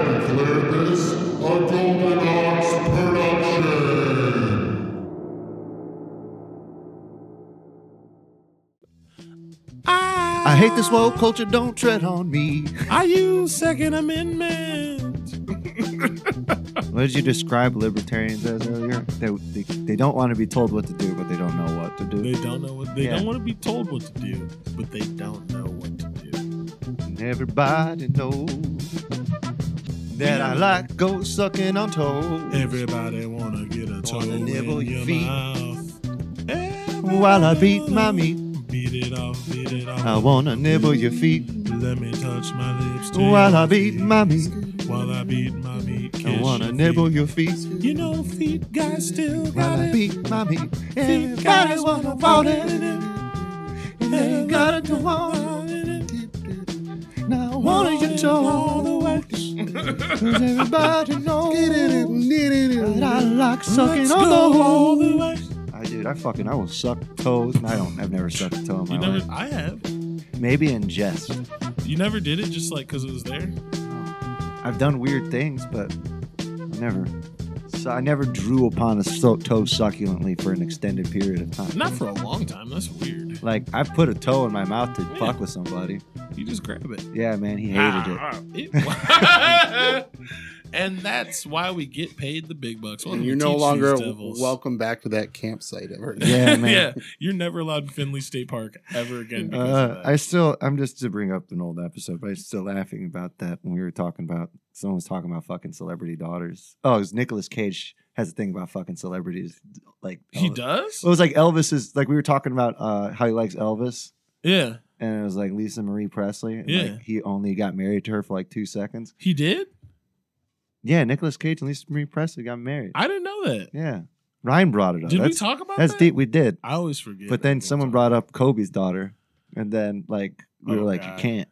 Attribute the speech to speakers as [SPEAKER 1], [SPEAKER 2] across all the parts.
[SPEAKER 1] Atlantis, a Golden Ox production.
[SPEAKER 2] I,
[SPEAKER 3] I hate this woke culture, don't tread on me.
[SPEAKER 2] Are you Second Amendment?
[SPEAKER 3] What did you describe libertarians as earlier? They, they, they don't want to be told what to do, but they don't know what to
[SPEAKER 2] They
[SPEAKER 3] do.
[SPEAKER 2] don't know what they
[SPEAKER 3] Yeah.
[SPEAKER 2] don't want to be told what to do, but they don't know what to do.
[SPEAKER 3] And everybody knows that I like go sucking on toes
[SPEAKER 2] Everybody wanna get a toe
[SPEAKER 3] Wanna
[SPEAKER 2] in
[SPEAKER 3] nibble your
[SPEAKER 2] your
[SPEAKER 3] feet.
[SPEAKER 2] mouth.
[SPEAKER 3] while I beat
[SPEAKER 2] Everybody
[SPEAKER 3] my
[SPEAKER 2] wanna
[SPEAKER 3] meat.
[SPEAKER 2] Beat it off, beat it off.
[SPEAKER 3] I wanna nibble your feet
[SPEAKER 2] Let me touch my lips to
[SPEAKER 3] while I
[SPEAKER 2] your
[SPEAKER 3] beat
[SPEAKER 2] feet.
[SPEAKER 3] my meat.
[SPEAKER 2] While I beat my meat, kiss
[SPEAKER 3] I wanna
[SPEAKER 2] your
[SPEAKER 3] nibble
[SPEAKER 2] feet.
[SPEAKER 3] your feet
[SPEAKER 2] You know, feet guys still got
[SPEAKER 3] while I
[SPEAKER 2] it.
[SPEAKER 3] beat my meat.
[SPEAKER 2] Feet
[SPEAKER 3] Everybody
[SPEAKER 2] guys
[SPEAKER 3] wanna
[SPEAKER 2] wanna
[SPEAKER 3] want
[SPEAKER 2] want
[SPEAKER 3] it,
[SPEAKER 2] it.
[SPEAKER 3] and they got it to want it. Now I wanna get
[SPEAKER 2] all the
[SPEAKER 3] told.
[SPEAKER 2] way.
[SPEAKER 3] Cause everybody knows that I like sucking
[SPEAKER 2] Let's
[SPEAKER 3] on
[SPEAKER 2] go
[SPEAKER 3] the
[SPEAKER 2] all
[SPEAKER 3] hole.
[SPEAKER 2] the way.
[SPEAKER 3] I dude, I fucking I will suck toes. and I don't. I've never sucked a toe in my
[SPEAKER 2] You never,
[SPEAKER 3] life.
[SPEAKER 2] I have.
[SPEAKER 3] Maybe in jest.
[SPEAKER 2] You never did it just like because it was there.
[SPEAKER 3] I've done weird things, but I never. So I never drew upon a so- toe succulently for an extended period of time.
[SPEAKER 2] Not for a long time. That's weird.
[SPEAKER 3] Like I put a toe in my mouth to
[SPEAKER 2] Yeah.
[SPEAKER 3] fuck with somebody.
[SPEAKER 2] You just grab it.
[SPEAKER 3] Yeah, man, he hated it.
[SPEAKER 2] Ah, ah, it- and that's why we get paid the big bucks. What
[SPEAKER 4] And
[SPEAKER 2] do
[SPEAKER 4] you're
[SPEAKER 2] we
[SPEAKER 4] no
[SPEAKER 2] teach
[SPEAKER 4] longer
[SPEAKER 2] these devils?
[SPEAKER 4] welcome back to that campsite ever.
[SPEAKER 3] Yeah, man.
[SPEAKER 2] yeah, you're never allowed in Finley State Park ever again. Because
[SPEAKER 3] Uh,
[SPEAKER 2] of
[SPEAKER 3] I
[SPEAKER 2] that.
[SPEAKER 3] still, I'm just to bring up an old episode, but I'm still laughing about that when we were talking about someone was talking about fucking celebrity daughters. Oh, it was Nicolas Cage has a thing about fucking celebrities, like
[SPEAKER 2] he
[SPEAKER 3] Elvis-
[SPEAKER 2] does.
[SPEAKER 3] It was like Elvis's, like we were talking about uh, how he likes Elvis,
[SPEAKER 2] Yeah,
[SPEAKER 3] and it was like Lisa Marie Presley. and,
[SPEAKER 2] Yeah.
[SPEAKER 3] like, he only got married to her for like two seconds.
[SPEAKER 2] he did.
[SPEAKER 3] Yeah, Nicolas Cage and Lisa Marie Presley got married.
[SPEAKER 2] I didn't know that.
[SPEAKER 3] yeah, Ryan brought it up.
[SPEAKER 2] Did we
[SPEAKER 3] that's
[SPEAKER 2] talk about
[SPEAKER 3] that's
[SPEAKER 2] that?
[SPEAKER 3] deep. We did,
[SPEAKER 2] I always forget.
[SPEAKER 3] but
[SPEAKER 2] that
[SPEAKER 3] then
[SPEAKER 2] we
[SPEAKER 3] someone
[SPEAKER 2] talk-
[SPEAKER 3] brought up Kobe's daughter, and then like we were
[SPEAKER 2] Oh,
[SPEAKER 3] like,
[SPEAKER 2] God.
[SPEAKER 3] you can't.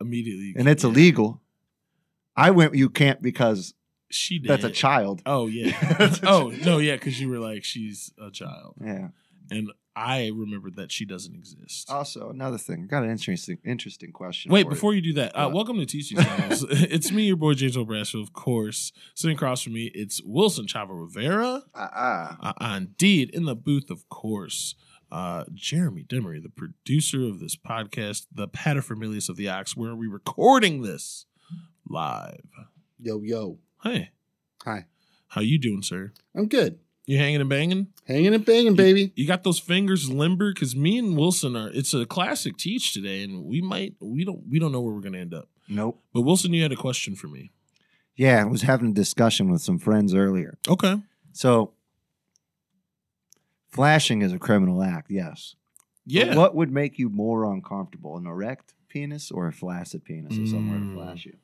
[SPEAKER 2] immediately,
[SPEAKER 3] and it's illegal. I went, you can't because
[SPEAKER 2] She did.
[SPEAKER 3] that's a child.
[SPEAKER 2] Oh yeah. oh no, yeah, because you were like, she's a child,
[SPEAKER 3] Yeah.
[SPEAKER 2] and I remembered that she doesn't exist.
[SPEAKER 3] Also, another thing, got an interesting, interesting question.
[SPEAKER 2] Wait,
[SPEAKER 3] for
[SPEAKER 2] before you do that, uh,
[SPEAKER 3] What?
[SPEAKER 2] welcome to Teaching Styles. it's me, your boy James O'Brasco, of course. Sitting across from me, it's Wilson Chava Rivera.
[SPEAKER 3] you, uh,
[SPEAKER 2] Uh, indeed, in the booth, of course, uh, Jeremy Demery, the producer of this podcast, the paterfamilias of the ox, where are we recording this live?
[SPEAKER 4] Yo, yo.
[SPEAKER 2] Hey,
[SPEAKER 4] Hi.
[SPEAKER 2] how you doing, sir?
[SPEAKER 4] I'm good.
[SPEAKER 2] You hanging and banging?
[SPEAKER 4] Hanging and banging, baby.
[SPEAKER 2] You got those fingers limber because me and Wilson are. It's a classic teach today, and we might we don't we don't know where we're gonna end up.
[SPEAKER 3] nope.
[SPEAKER 2] But Wilson, you had a question for me.
[SPEAKER 3] Yeah, I was having a discussion with some friends earlier.
[SPEAKER 2] Okay.
[SPEAKER 3] So, flashing is a criminal act, yes. But
[SPEAKER 2] Yeah.
[SPEAKER 3] What would make you more uncomfortable, an erect penis or a flaccid penis or somewhere to
[SPEAKER 2] Mm.
[SPEAKER 3] flash you?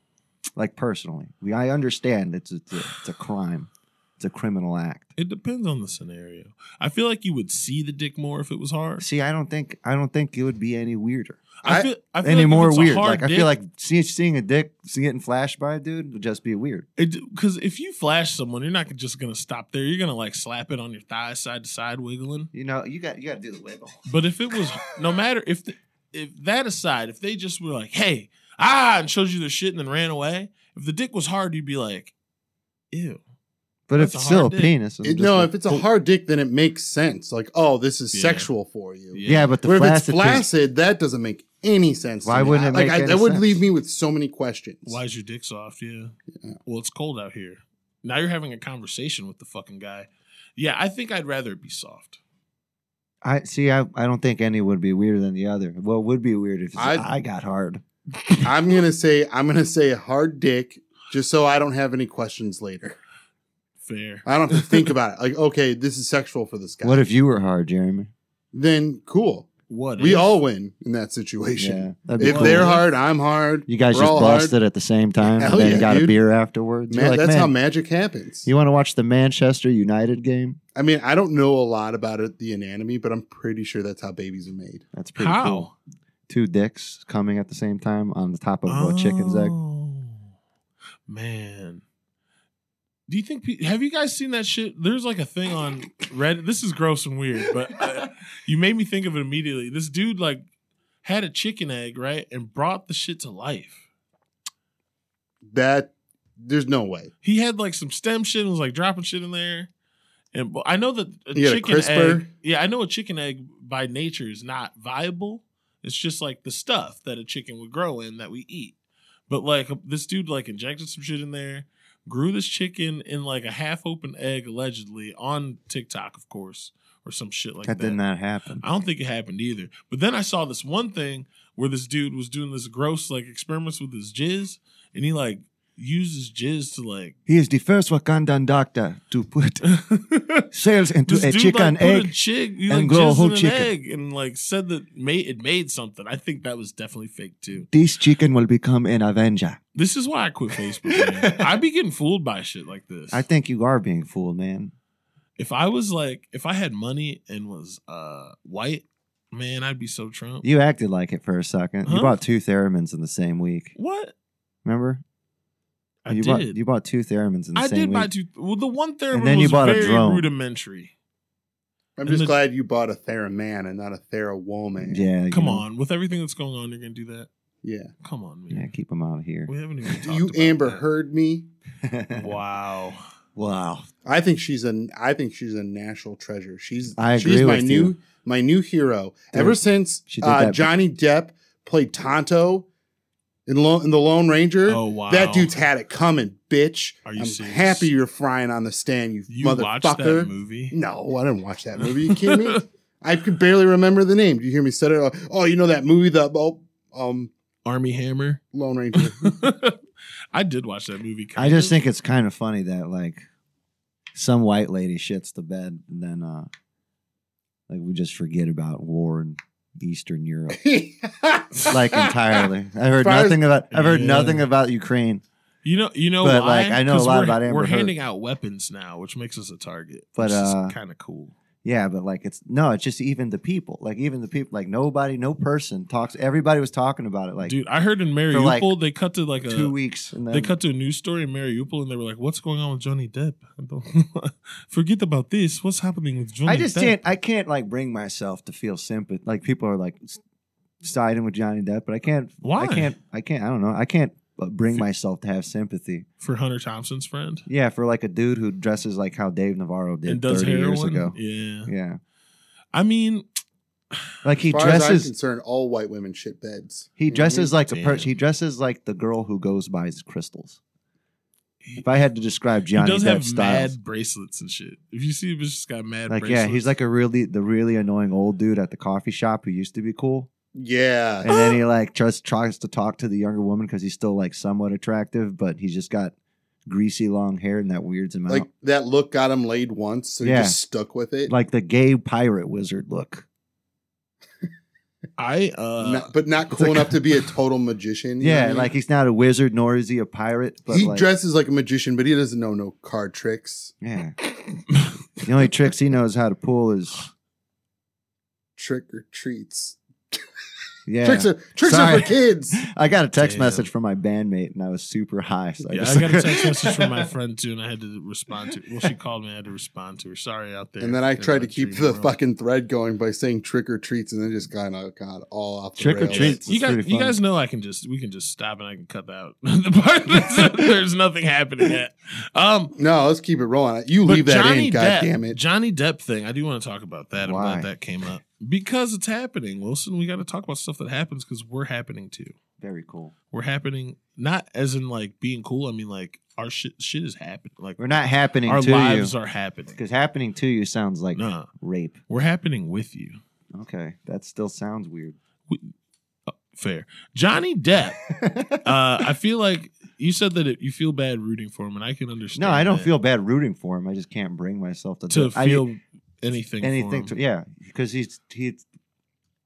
[SPEAKER 3] Like personally, we, I understand it's it's a, it's a crime, it's a criminal act.
[SPEAKER 2] It depends on the scenario. I feel like you would see the dick more if it was hard.
[SPEAKER 3] See, I don't think I don't think it would be any weirder,
[SPEAKER 2] I
[SPEAKER 4] I-
[SPEAKER 2] feel, I feel
[SPEAKER 3] any
[SPEAKER 2] like if
[SPEAKER 3] more
[SPEAKER 2] it's a
[SPEAKER 3] weird.
[SPEAKER 2] hard
[SPEAKER 3] Like I
[SPEAKER 2] dick-
[SPEAKER 3] feel like see, seeing a dick see, getting flashed by a dude would just be weird.
[SPEAKER 2] because if you flash someone, you're not just gonna stop there. You're gonna like slap it on your thigh, side to side, wiggling.
[SPEAKER 3] You know, you got you got to do the wiggle.
[SPEAKER 2] But if it was, no matter if the, if that aside, if they just were like, "Hey, ah," and showed you their shit and then ran away, if the dick was hard, you'd be like, "Ew."
[SPEAKER 3] But
[SPEAKER 2] That's a
[SPEAKER 3] if it's still a
[SPEAKER 2] hard dick.
[SPEAKER 3] penis, I'm
[SPEAKER 4] It-
[SPEAKER 3] just
[SPEAKER 4] no,
[SPEAKER 3] like-
[SPEAKER 4] if it's a hard dick, then it makes sense. Like, oh, this is
[SPEAKER 2] Yeah.
[SPEAKER 4] sexual for you.
[SPEAKER 2] Yeah.
[SPEAKER 3] yeah, but the
[SPEAKER 4] Where if it's
[SPEAKER 3] flaccid, penis-
[SPEAKER 4] flaccid, that doesn't make any sense. to
[SPEAKER 3] Why
[SPEAKER 4] me.
[SPEAKER 3] wouldn't
[SPEAKER 4] I-
[SPEAKER 3] it
[SPEAKER 4] like,
[SPEAKER 3] make
[SPEAKER 4] I,
[SPEAKER 3] any
[SPEAKER 4] That would
[SPEAKER 3] sense?
[SPEAKER 4] leave me with so many questions.
[SPEAKER 2] Why is your dick soft? Yeah. Well, it's cold out here. Now you're having a conversation with the fucking guy. Yeah, I think I'd rather it be soft.
[SPEAKER 3] I see. I, I don't think any would be weirder than the other. What would be weird if it's,
[SPEAKER 4] I'd-
[SPEAKER 3] I got hard?
[SPEAKER 4] I'm gonna say I'm gonna say a hard dick, just so I don't have any questions later.
[SPEAKER 2] Fair.
[SPEAKER 4] I don't have to think about it. Like, okay, this is sexual for this guy.
[SPEAKER 3] What if you were hard, Jeremy?
[SPEAKER 4] Then cool.
[SPEAKER 2] What?
[SPEAKER 4] we
[SPEAKER 2] if-
[SPEAKER 4] all win in that situation.
[SPEAKER 3] that'd be
[SPEAKER 4] If
[SPEAKER 3] cool.
[SPEAKER 4] they're hard, I'm hard.
[SPEAKER 3] you guys
[SPEAKER 4] We're
[SPEAKER 3] just
[SPEAKER 4] all hard.
[SPEAKER 3] busted at the same time
[SPEAKER 4] Hell
[SPEAKER 3] and then
[SPEAKER 4] yeah,
[SPEAKER 3] got a
[SPEAKER 4] dude.
[SPEAKER 3] beer afterwards. You're
[SPEAKER 4] Man,
[SPEAKER 3] like,
[SPEAKER 4] that's how
[SPEAKER 3] "Man,
[SPEAKER 4] magic happens.
[SPEAKER 3] you want to watch the Manchester United game?
[SPEAKER 4] I mean, I don't know a lot about it, the anatomy, but I'm pretty sure that's how babies are made.
[SPEAKER 3] That's pretty
[SPEAKER 2] How?
[SPEAKER 3] cool. Two dicks coming at the same time on the top of a chicken's egg.
[SPEAKER 2] Oh, Man. Do you think pe- have you guys seen that shit? There's like a thing on Reddit. This is gross and weird, but uh, you made me think of it immediately. This dude like had a chicken egg, right? And brought the shit to life.
[SPEAKER 4] That There's no way.
[SPEAKER 2] He had like some stem shit and was like dropping shit in there. And but I know that a
[SPEAKER 4] He had a
[SPEAKER 2] chicken egg.
[SPEAKER 4] crisper?
[SPEAKER 2] Yeah, I know a chicken egg by nature is not viable. It's just like the stuff that a chicken would grow in that we eat. But like this dude like injected some shit in there, grew this chicken in like a half open egg allegedly on TikTok, of course, or some shit like
[SPEAKER 3] that
[SPEAKER 2] that.
[SPEAKER 3] did not happen.
[SPEAKER 2] I don't think it happened either. But then I saw this one thing where this dude was doing this gross like experiments with his jizz, and he like used his jizz to like
[SPEAKER 3] He is the first Wakandan doctor to put sales into
[SPEAKER 2] this
[SPEAKER 3] a
[SPEAKER 2] dude
[SPEAKER 3] chicken
[SPEAKER 2] like put a
[SPEAKER 3] egg.
[SPEAKER 2] chick, you
[SPEAKER 3] and
[SPEAKER 2] like
[SPEAKER 3] grow a
[SPEAKER 2] jizzed
[SPEAKER 3] whole
[SPEAKER 2] in
[SPEAKER 3] chicken.
[SPEAKER 2] an egg, and like said that made it made something. I think that was definitely fake too.
[SPEAKER 3] This chicken will become an Avenger.
[SPEAKER 2] This is why I quit Facebook. man. I'd be getting fooled by shit like this.
[SPEAKER 3] I think you are being fooled, man.
[SPEAKER 2] if I was like, if I had money and was uh white, man, I'd be so Trump.
[SPEAKER 3] You acted like it for a second. You
[SPEAKER 2] Huh?
[SPEAKER 3] bought two theremins in the same week.
[SPEAKER 2] What
[SPEAKER 3] Remember?
[SPEAKER 2] I
[SPEAKER 3] you
[SPEAKER 2] did.
[SPEAKER 3] bought you bought two theremins in the
[SPEAKER 2] I
[SPEAKER 3] same
[SPEAKER 2] did
[SPEAKER 3] week.
[SPEAKER 2] buy two. Well, the one theremin
[SPEAKER 3] And then you
[SPEAKER 2] was
[SPEAKER 3] bought a
[SPEAKER 2] very
[SPEAKER 3] drone.
[SPEAKER 2] rudimentary.
[SPEAKER 4] I'm
[SPEAKER 2] And
[SPEAKER 4] just
[SPEAKER 2] the-
[SPEAKER 4] glad you bought a Theraman and not a Therawoman.
[SPEAKER 3] yeah, you
[SPEAKER 2] Come
[SPEAKER 3] know.
[SPEAKER 2] on, with everything that's going on, you're gonna do that.
[SPEAKER 4] Yeah.
[SPEAKER 2] Come on,
[SPEAKER 3] Yeah,
[SPEAKER 2] man.
[SPEAKER 3] keep them out of here.
[SPEAKER 2] We haven't even. Talked
[SPEAKER 4] Do you
[SPEAKER 2] about
[SPEAKER 4] Amber
[SPEAKER 2] that.
[SPEAKER 4] Heard me?
[SPEAKER 2] Wow.
[SPEAKER 3] wow.
[SPEAKER 4] I think she's a I think she's a national treasure. She's
[SPEAKER 3] I agree
[SPEAKER 4] she's my
[SPEAKER 3] with
[SPEAKER 4] new
[SPEAKER 3] you.
[SPEAKER 4] my new hero.
[SPEAKER 3] Dude,
[SPEAKER 4] Ever since
[SPEAKER 3] she did
[SPEAKER 4] uh,
[SPEAKER 3] that-
[SPEAKER 4] Johnny Depp played Tonto in, Lo- in the Lone Ranger,
[SPEAKER 2] Oh wow.
[SPEAKER 4] that dude's had it coming, bitch.
[SPEAKER 2] Are you
[SPEAKER 4] I'm
[SPEAKER 2] serious?
[SPEAKER 4] happy you're frying on the stand, you,
[SPEAKER 2] You watched that
[SPEAKER 4] motherfucker.
[SPEAKER 2] movie?
[SPEAKER 4] No, I didn't watch that movie. You kidding me? I could barely remember the name. Do you hear me stutter? Oh, Oh, you know that movie, the oh, um
[SPEAKER 2] Army Hammer.
[SPEAKER 4] Lone Ranger.
[SPEAKER 2] I did watch that movie.
[SPEAKER 3] I just think it's kind of funny that like some white lady shits the bed and then uh like we just forget about war in Eastern Europe. like entirely. I heard
[SPEAKER 4] Fires-
[SPEAKER 3] nothing about I've heard
[SPEAKER 2] Yeah.
[SPEAKER 3] nothing about Ukraine.
[SPEAKER 2] you know. You know
[SPEAKER 3] But,
[SPEAKER 2] why?
[SPEAKER 3] like, I know a
[SPEAKER 2] 'Cause
[SPEAKER 3] lot
[SPEAKER 2] we're-
[SPEAKER 3] about Amber
[SPEAKER 2] We're
[SPEAKER 3] Heard.
[SPEAKER 2] handing out weapons now, which makes us a target.
[SPEAKER 3] But,
[SPEAKER 2] which
[SPEAKER 3] uh,
[SPEAKER 2] is kind of cool.
[SPEAKER 3] Yeah, but like it's no, it's just even the people. Like even the people like nobody, no person talks everybody was talking about it like
[SPEAKER 2] Dude, I heard in
[SPEAKER 3] for,
[SPEAKER 2] Mariupol
[SPEAKER 3] like,
[SPEAKER 2] they cut to like uh, a
[SPEAKER 3] two weeks and then
[SPEAKER 2] they cut to a news story in Mariupol and they were like, "What's going on with Johnny Depp? I don't forget about this. What's happening with Johnny?"
[SPEAKER 3] I just
[SPEAKER 2] Depp?
[SPEAKER 3] can't. I can't like bring myself to feel sympathy. Like people are like s- siding with Johnny Depp, but I can't.
[SPEAKER 2] Why?
[SPEAKER 3] I can't. I can't. I don't know. I can't uh, bring myself to have sympathy.
[SPEAKER 2] for Hunter Thompson's friend
[SPEAKER 3] Yeah, for like a dude who dresses like how Dave Navarro did
[SPEAKER 2] and does
[SPEAKER 3] thirty
[SPEAKER 2] heroin.
[SPEAKER 3] years ago.
[SPEAKER 2] Yeah,
[SPEAKER 3] Yeah,
[SPEAKER 2] I mean,
[SPEAKER 3] like he
[SPEAKER 4] As far as I'm
[SPEAKER 3] dresses.
[SPEAKER 4] concerned, all white women shit beds.
[SPEAKER 3] He dresses like a per-
[SPEAKER 2] Damn.
[SPEAKER 3] He dresses like the girl who goes by his crystals. If I had to describe Johnny
[SPEAKER 2] he does
[SPEAKER 3] Depp
[SPEAKER 2] have
[SPEAKER 3] styles,
[SPEAKER 2] mad bracelets and shit. If you see him, he's just got mad.
[SPEAKER 3] like
[SPEAKER 2] bracelets.
[SPEAKER 3] yeah, he's like a really the really annoying old dude at the coffee shop who used to be cool.
[SPEAKER 4] Yeah.
[SPEAKER 3] and uh, then he like just tries to talk to the younger woman because he's still like somewhat attractive, but he's just got greasy long hair and that weirds him
[SPEAKER 4] Like
[SPEAKER 3] out.
[SPEAKER 4] that look got him laid once, so
[SPEAKER 3] Yeah.
[SPEAKER 4] he just stuck with it.
[SPEAKER 3] Like the gay pirate wizard look.
[SPEAKER 2] I uh,
[SPEAKER 4] Not- but not
[SPEAKER 3] like-
[SPEAKER 4] cool enough to be a total magician. you know what I
[SPEAKER 3] Yeah,
[SPEAKER 4] mean?
[SPEAKER 3] like he's not a wizard nor is he a pirate, but
[SPEAKER 4] he
[SPEAKER 3] like
[SPEAKER 4] dresses like a magician, but he doesn't know no card tricks.
[SPEAKER 3] yeah, the only tricks he knows how to pull is
[SPEAKER 4] Trick or treats.
[SPEAKER 3] yeah.
[SPEAKER 4] Tricks are tricks are
[SPEAKER 3] Sorry.
[SPEAKER 4] for kids.
[SPEAKER 3] I got a text
[SPEAKER 2] Damn.
[SPEAKER 3] message from my bandmate and I was super high. So I,
[SPEAKER 2] yeah,
[SPEAKER 3] just,
[SPEAKER 2] I got a text message from my friend too, and I had to respond to. Well, she called me. I had to respond to her. Sorry out there.
[SPEAKER 4] And then I
[SPEAKER 2] in
[SPEAKER 4] tried
[SPEAKER 2] my
[SPEAKER 4] to keep
[SPEAKER 2] dream
[SPEAKER 4] the
[SPEAKER 2] world.
[SPEAKER 4] fucking thread going by saying trick or treats, and then just kind of got all off. The
[SPEAKER 3] Trick or
[SPEAKER 4] rails.
[SPEAKER 3] treats.
[SPEAKER 2] You
[SPEAKER 3] It's
[SPEAKER 2] guys,
[SPEAKER 3] pretty
[SPEAKER 2] you
[SPEAKER 3] fun.
[SPEAKER 2] guys know I can just we can just stop and I can cut that out the part that's, there's nothing happening yet. Um,
[SPEAKER 4] No, let's keep it rolling. You
[SPEAKER 2] but
[SPEAKER 4] leave that
[SPEAKER 2] Johnny
[SPEAKER 4] in,
[SPEAKER 2] Depp,
[SPEAKER 4] God damn it.
[SPEAKER 2] Johnny Depp thing. I do want to talk about that. I'm
[SPEAKER 3] Why?
[SPEAKER 2] glad that came up because it's happening, Wilson. We got to talk about stuff that happens because we're happening too.
[SPEAKER 3] very cool.
[SPEAKER 2] We're happening not as in like being cool. I mean like our shit shit is happening. Like
[SPEAKER 3] We're not happening
[SPEAKER 2] our
[SPEAKER 3] to
[SPEAKER 2] lives
[SPEAKER 3] you
[SPEAKER 2] are happening.
[SPEAKER 3] because happening to you sounds like
[SPEAKER 2] Nah,
[SPEAKER 3] rape.
[SPEAKER 2] we're happening with you.
[SPEAKER 3] Okay, that still sounds weird.
[SPEAKER 2] Fair. Johnny Depp. uh, I feel like you said that it, you feel bad rooting for him, and I can understand.
[SPEAKER 3] No, I don't
[SPEAKER 2] that.
[SPEAKER 3] feel bad rooting for him. I just can't bring myself to,
[SPEAKER 2] to
[SPEAKER 3] do it. I-
[SPEAKER 2] feel anything.
[SPEAKER 3] anything
[SPEAKER 2] For
[SPEAKER 3] to
[SPEAKER 2] him.
[SPEAKER 3] yeah, because he's he's.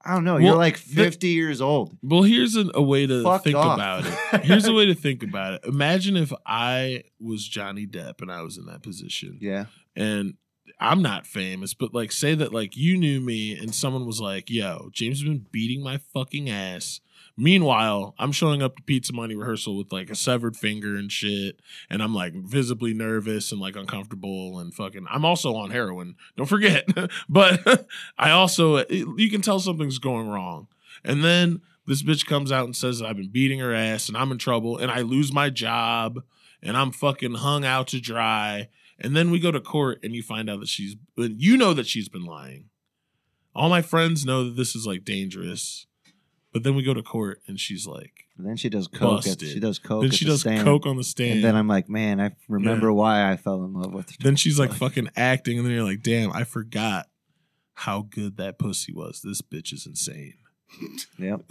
[SPEAKER 3] I don't know.
[SPEAKER 2] Well,
[SPEAKER 3] you're like
[SPEAKER 2] the-
[SPEAKER 3] fifty years old.
[SPEAKER 2] Well, here's an, a way to
[SPEAKER 3] Fuck
[SPEAKER 2] think
[SPEAKER 3] off.
[SPEAKER 2] about it. Here's a way to think about it. Imagine if I was Johnny Depp and I was in that position,
[SPEAKER 3] Yeah,
[SPEAKER 2] and I'm not famous, but like say that like you knew me, and someone was like, "Yo, James has been beating my fucking ass." Meanwhile, I'm showing up to Pizza Money rehearsal with like a severed finger and shit, and I'm like visibly nervous and like uncomfortable and fucking. I'm also on heroin. Don't forget, but I also uh, you can tell something's going wrong. And then this bitch comes out and says that I've been beating her ass and I'm in trouble and I lose my job and I'm fucking hung out to dry. And then we go to court and you find out that she's, you know that she's been lying. All my friends know that this is like dangerous. But then we go to court and she's like,
[SPEAKER 3] And then she does coke. At,
[SPEAKER 2] Busted.
[SPEAKER 3] she does coke.
[SPEAKER 2] then
[SPEAKER 3] at
[SPEAKER 2] she
[SPEAKER 3] the
[SPEAKER 2] does
[SPEAKER 3] stand.
[SPEAKER 2] coke on the stand.
[SPEAKER 3] And then I'm like, man, I remember why I fell in love with her.
[SPEAKER 2] Then she's like fucking acting, and then you're like, damn, I forgot how good that pussy was. This bitch is insane.
[SPEAKER 3] Yep,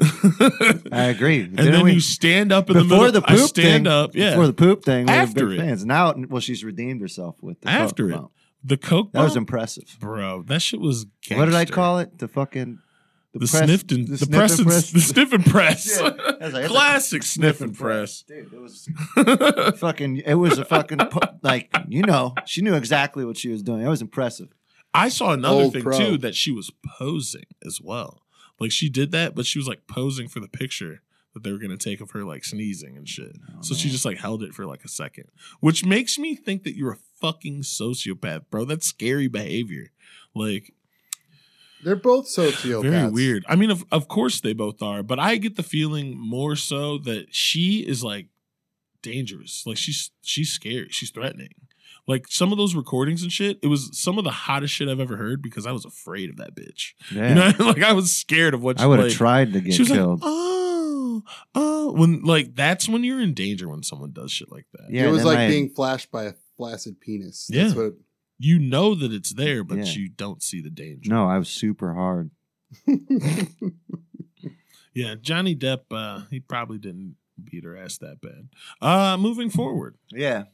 [SPEAKER 2] and
[SPEAKER 3] I agree. Didn't
[SPEAKER 2] then
[SPEAKER 3] we-
[SPEAKER 2] you stand up in the
[SPEAKER 3] before
[SPEAKER 2] middle.
[SPEAKER 3] the,
[SPEAKER 2] I
[SPEAKER 3] poop
[SPEAKER 2] stand
[SPEAKER 3] thing,
[SPEAKER 2] up, yeah.
[SPEAKER 3] Before the poop thing, we
[SPEAKER 2] After
[SPEAKER 3] were big
[SPEAKER 2] it.
[SPEAKER 3] fans. Now, well, she's redeemed herself with the coke
[SPEAKER 2] After it.
[SPEAKER 3] bump.
[SPEAKER 2] the coke
[SPEAKER 3] That was
[SPEAKER 2] bump?
[SPEAKER 3] impressive.
[SPEAKER 2] bro. That shit was. Gangster.
[SPEAKER 3] What did I call it? The fucking
[SPEAKER 2] the,
[SPEAKER 3] press-
[SPEAKER 2] sniffing? The,
[SPEAKER 3] sniff
[SPEAKER 2] press,
[SPEAKER 3] and
[SPEAKER 2] and, the sniff and press.
[SPEAKER 3] Yeah. I was like, it's a
[SPEAKER 2] Classic sniff and press.
[SPEAKER 3] Dude, it was fucking. It was a fucking pu- like you know. She knew exactly what she was doing. It was impressive.
[SPEAKER 2] I saw another
[SPEAKER 4] Old
[SPEAKER 2] thing
[SPEAKER 4] pro.
[SPEAKER 2] too that she was posing as well. Like she did that, but she was like posing for the picture that they were gonna take of her like sneezing and shit.
[SPEAKER 3] Oh,
[SPEAKER 2] so she
[SPEAKER 3] man.
[SPEAKER 2] just like held it for like a second, which makes me think that you're a fucking sociopath, bro. That's scary behavior. Like
[SPEAKER 4] They're both sociopaths.
[SPEAKER 2] very weird. I mean, of of course they both are, but I get the feeling more so that she is like dangerous. Like she's she's scary. She's threatening. Like some of those recordings and shit, it was some of the hottest shit I've ever heard because I was afraid of that bitch.
[SPEAKER 3] Yeah,
[SPEAKER 2] You know, like I was scared of what
[SPEAKER 3] I would have
[SPEAKER 2] like,
[SPEAKER 3] tried to get
[SPEAKER 2] She was like,
[SPEAKER 3] killed.
[SPEAKER 2] oh, oh, when like that's when you're in danger when someone does shit like that.
[SPEAKER 3] yeah,
[SPEAKER 4] it was
[SPEAKER 3] then
[SPEAKER 4] like
[SPEAKER 3] my-
[SPEAKER 4] being flashed by a flaccid penis. That's
[SPEAKER 2] Yeah.
[SPEAKER 4] what
[SPEAKER 2] You know that it's there, but
[SPEAKER 3] Yeah.
[SPEAKER 2] you don't see the danger.
[SPEAKER 3] No, I was super hard.
[SPEAKER 2] Yeah, Johnny Depp, uh, he probably didn't beat her ass that bad. Uh, moving forward,
[SPEAKER 3] Yeah,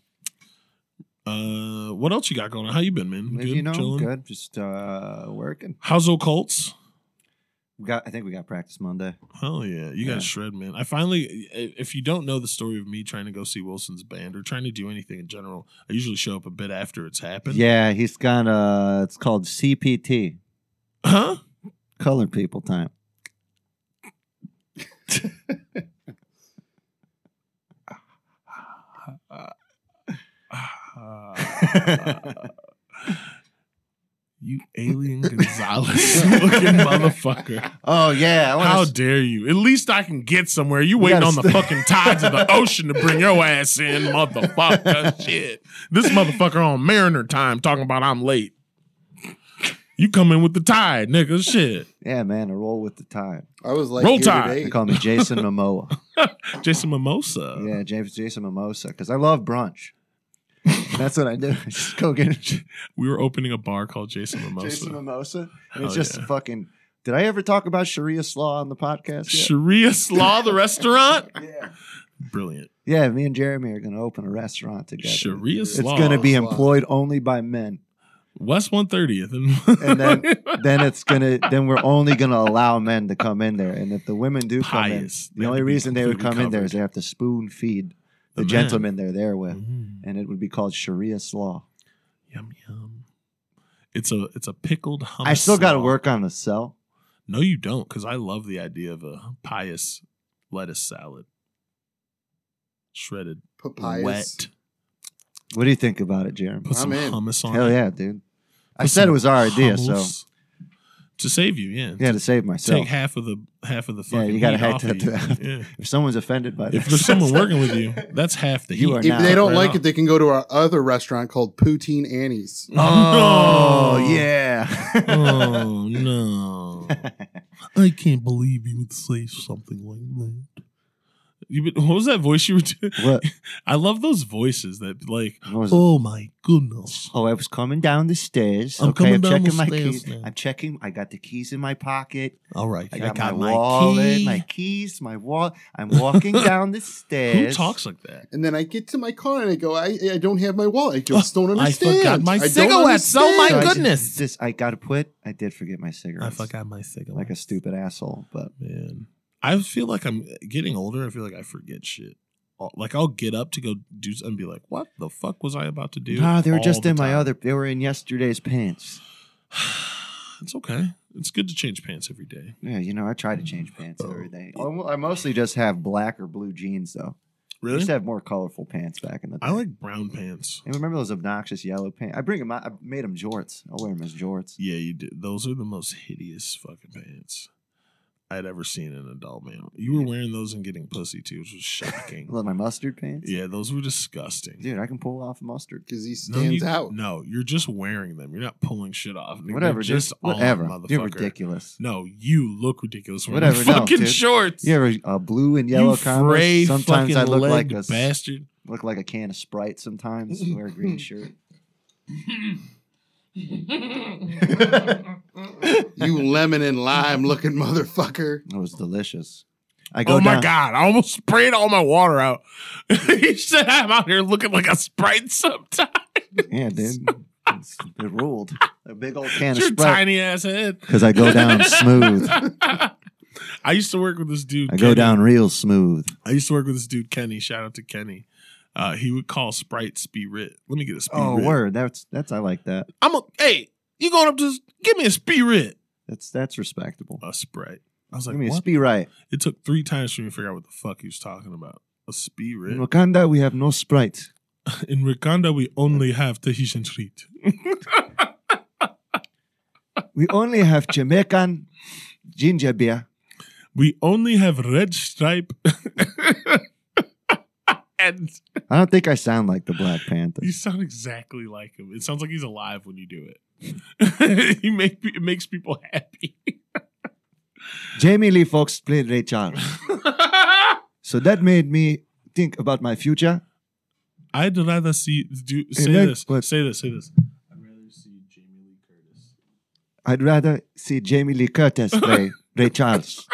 [SPEAKER 2] uh, what else you got going on? How you been, man? Good,
[SPEAKER 3] you know,
[SPEAKER 2] chilling?
[SPEAKER 3] good. Just uh, working.
[SPEAKER 2] How's Colts?
[SPEAKER 3] We got. I think we got practice Monday.
[SPEAKER 2] Hell yeah, you
[SPEAKER 3] Yeah.
[SPEAKER 2] got shred, man. I finally, i- if you don't know the story of me trying to go see Wilson's band or trying to do anything in general, I usually show up a bit after it's happened.
[SPEAKER 3] Yeah, he's got uh It's called CPT,
[SPEAKER 2] Huh?
[SPEAKER 3] colored people time. Uh,
[SPEAKER 2] you alien Gonzalez looking motherfucker.
[SPEAKER 3] Oh yeah, I
[SPEAKER 2] How
[SPEAKER 3] want
[SPEAKER 2] dare you? At least I can get somewhere. You
[SPEAKER 3] We
[SPEAKER 2] waiting
[SPEAKER 3] gotta
[SPEAKER 2] on the
[SPEAKER 3] st-
[SPEAKER 2] fucking tides of the ocean to bring your ass in, motherfucker. Shit. This motherfucker on Mariner time talking about I'm late. You come in with the tide, nigga. Shit.
[SPEAKER 3] yeah, man, a roll with the time.
[SPEAKER 4] I was like.
[SPEAKER 2] Roll
[SPEAKER 4] here
[SPEAKER 2] Tide.
[SPEAKER 4] today.
[SPEAKER 3] They call me Jason Momoa.
[SPEAKER 2] Jason Mimosa.
[SPEAKER 3] Yeah, James Jason Mimosa, because I love brunch. That's what I do. I just go get
[SPEAKER 2] We were opening a bar called Jason Mimosa.
[SPEAKER 3] Jason Mimosa. And
[SPEAKER 2] Hell
[SPEAKER 3] it's just
[SPEAKER 2] Oh, yeah.
[SPEAKER 3] fucking. Did I ever talk about Sharia Slaw on the podcast? Yet?
[SPEAKER 2] Sharia Slaw, the restaurant.
[SPEAKER 3] Yeah.
[SPEAKER 2] Brilliant.
[SPEAKER 3] Yeah, me and Jeremy are going to open a restaurant together.
[SPEAKER 2] Sharia
[SPEAKER 3] it's
[SPEAKER 2] Slaw.
[SPEAKER 3] going to be
[SPEAKER 4] Slaw.
[SPEAKER 3] employed only by men.
[SPEAKER 2] West 130th.
[SPEAKER 3] And then- Then it's going to. Then we're only going to allow men to come in there. And if the women do come in,
[SPEAKER 2] Pious. They
[SPEAKER 3] the
[SPEAKER 2] have
[SPEAKER 3] only
[SPEAKER 2] to be
[SPEAKER 3] reason they would come
[SPEAKER 2] completely
[SPEAKER 3] in there is
[SPEAKER 2] covered.
[SPEAKER 3] they have to spoon feed
[SPEAKER 2] The
[SPEAKER 3] the,
[SPEAKER 2] men.
[SPEAKER 3] gentlemen they're there with,
[SPEAKER 2] Mm.
[SPEAKER 3] and it would be called Sharia Slaw.
[SPEAKER 2] Yum yum. It's a it's a pickled hummus.
[SPEAKER 3] I still got to
[SPEAKER 2] slaw.
[SPEAKER 3] work on the cell.
[SPEAKER 2] No, you don't, because I love the idea of a pious lettuce salad. Shredded,
[SPEAKER 4] Papayas.
[SPEAKER 2] wet.
[SPEAKER 3] What do you think about it, Jeremy?
[SPEAKER 2] Put some
[SPEAKER 4] I'm in.
[SPEAKER 2] hummus on.
[SPEAKER 3] Hell
[SPEAKER 2] it.
[SPEAKER 3] yeah, dude. I
[SPEAKER 2] Put
[SPEAKER 3] said it
[SPEAKER 2] some
[SPEAKER 3] was our idea, so
[SPEAKER 2] hummus. to save you, yeah.
[SPEAKER 3] yeah, to save
[SPEAKER 2] take
[SPEAKER 3] myself.
[SPEAKER 2] half of the half of the
[SPEAKER 3] Yeah,
[SPEAKER 2] fucking.
[SPEAKER 3] you gotta
[SPEAKER 2] heat
[SPEAKER 3] have
[SPEAKER 2] off
[SPEAKER 3] to-
[SPEAKER 2] of you.
[SPEAKER 3] to-
[SPEAKER 2] Yeah.
[SPEAKER 3] If someone's offended by
[SPEAKER 2] If
[SPEAKER 3] this,
[SPEAKER 2] there's someone working with you, that's half the heat.
[SPEAKER 3] You are
[SPEAKER 4] If
[SPEAKER 3] Nah,
[SPEAKER 4] they don't
[SPEAKER 2] right
[SPEAKER 4] like
[SPEAKER 2] off.
[SPEAKER 4] it, they can go to our other restaurant called Poutine Annie's.
[SPEAKER 3] Oh
[SPEAKER 2] No.
[SPEAKER 3] yeah.
[SPEAKER 2] oh no! I can't believe you would say something like that. You, what was that voice you were doing?
[SPEAKER 3] what?
[SPEAKER 2] I love those voices that like,
[SPEAKER 3] what was it?
[SPEAKER 2] oh my goodness.
[SPEAKER 3] Oh, I was coming down the stairs.
[SPEAKER 2] I'm
[SPEAKER 3] okay,
[SPEAKER 2] coming
[SPEAKER 3] I'm
[SPEAKER 2] down
[SPEAKER 3] checking
[SPEAKER 2] the
[SPEAKER 3] my
[SPEAKER 2] stairs
[SPEAKER 3] keys.
[SPEAKER 2] now.
[SPEAKER 3] I'm checking. I got the keys in my pocket.
[SPEAKER 2] All right,
[SPEAKER 3] I got, my, wallet, my keys, my wallet. I'm walking down the stairs.
[SPEAKER 2] Who talks like that?
[SPEAKER 4] And then I get to my car and I go, I, I don't have my wallet. I just don't understand.
[SPEAKER 2] Oh, forgot my
[SPEAKER 4] I don't
[SPEAKER 2] cigarettes. Oh, my
[SPEAKER 3] So I
[SPEAKER 4] understand."
[SPEAKER 3] just-
[SPEAKER 2] goodness.
[SPEAKER 3] this I got to put. I did forget my
[SPEAKER 2] I
[SPEAKER 3] cigarettes.
[SPEAKER 2] forgot my cigarette.
[SPEAKER 3] Like a stupid asshole, but
[SPEAKER 2] man. I feel like I'm getting older. I feel like I forget shit. I'll- Like I'll get up to go do something and be like, "What the fuck was I about to do?"
[SPEAKER 3] no, they were
[SPEAKER 2] all
[SPEAKER 3] just
[SPEAKER 2] the
[SPEAKER 3] in my
[SPEAKER 2] time?
[SPEAKER 3] other. They were in yesterday's pants.
[SPEAKER 2] it's okay. It's good to change pants every day.
[SPEAKER 3] Yeah, you know, I try to change pants
[SPEAKER 2] Oh.
[SPEAKER 3] every day. Oh, I I mostly just have black or blue jeans though. I
[SPEAKER 2] Really?
[SPEAKER 3] used to have more colorful pants back in the day.
[SPEAKER 2] I like brown pants.
[SPEAKER 3] And remember those obnoxious yellow pants? I bring them. out. I made them jorts. I'll wear them as jorts.
[SPEAKER 2] Yeah, you do. Those are the most hideous fucking pants. I had ever seen in an adult male. You were wearing those and getting pussy too, which was shocking.
[SPEAKER 3] Look, my mustard pants.
[SPEAKER 2] yeah, those were disgusting.
[SPEAKER 3] Dude, I can pull off mustard.
[SPEAKER 4] because he
[SPEAKER 2] No,
[SPEAKER 4] stands
[SPEAKER 2] you-
[SPEAKER 4] out.
[SPEAKER 2] No, you're just wearing them. You're not pulling shit off. They're
[SPEAKER 3] whatever,
[SPEAKER 2] just
[SPEAKER 3] just
[SPEAKER 2] on,
[SPEAKER 3] whatever.
[SPEAKER 2] motherfucker.
[SPEAKER 3] You're ridiculous.
[SPEAKER 2] No, you look ridiculous wearing
[SPEAKER 3] Whatever,
[SPEAKER 2] them
[SPEAKER 3] no,
[SPEAKER 2] fucking
[SPEAKER 3] dude.
[SPEAKER 2] shorts.
[SPEAKER 3] You ever uh, blue and yellow
[SPEAKER 2] you
[SPEAKER 3] combos?
[SPEAKER 2] frayed
[SPEAKER 3] Sometimes
[SPEAKER 2] fucking
[SPEAKER 3] I look like
[SPEAKER 2] legged
[SPEAKER 3] a s-
[SPEAKER 2] bastard.
[SPEAKER 3] look like a can of Sprite. Sometimes wear a green shirt.
[SPEAKER 4] You lemon and lime looking motherfucker.
[SPEAKER 3] It was delicious. I go
[SPEAKER 2] Oh my
[SPEAKER 3] down-
[SPEAKER 2] god! I almost sprayed all my water out. he said I'm out here looking like a sprite sometimes.
[SPEAKER 3] Yeah, dude. It's- It ruled. A big old can of
[SPEAKER 2] Your
[SPEAKER 3] Sprite.
[SPEAKER 2] tiny ass head.
[SPEAKER 3] Because I go down smooth.
[SPEAKER 2] I used to work with this dude.
[SPEAKER 3] I go
[SPEAKER 2] Kenny.
[SPEAKER 3] down real smooth.
[SPEAKER 2] I used to work with this dude Kenny. Shout out to Kenny. Uh, he would call sprites be writ. Let me get a speed
[SPEAKER 3] Oh,
[SPEAKER 2] writ.
[SPEAKER 3] word. That's that's I like that.
[SPEAKER 2] I'm a hey. You going up to this- give me a speed writ?
[SPEAKER 3] That's that's respectable.
[SPEAKER 2] A sprite. I was like,
[SPEAKER 3] Give me a
[SPEAKER 2] what?
[SPEAKER 3] speed right.
[SPEAKER 2] it took three times for me to figure out what the fuck he was talking about. A speed
[SPEAKER 3] In
[SPEAKER 2] writ.
[SPEAKER 3] Wakanda, we have no Sprite.
[SPEAKER 2] In Wakanda, we only have Tahitian treat.
[SPEAKER 3] We only have Jamaican ginger beer.
[SPEAKER 2] We only have red stripe. and
[SPEAKER 3] I don't think I sound like the Black Panther.
[SPEAKER 2] you sound exactly like him. It sounds like he's alive when you do it. you make it makes people happy.
[SPEAKER 3] Jamie Lee Fox played Ray Charles. So that made me think about my future.
[SPEAKER 2] I'd rather see do say
[SPEAKER 3] then-
[SPEAKER 2] this.
[SPEAKER 3] what?
[SPEAKER 2] Say this. Say this. I'd rather see Jamie Lee Curtis.
[SPEAKER 3] I'd rather see Jamie Lee Curtis play Ray Charles.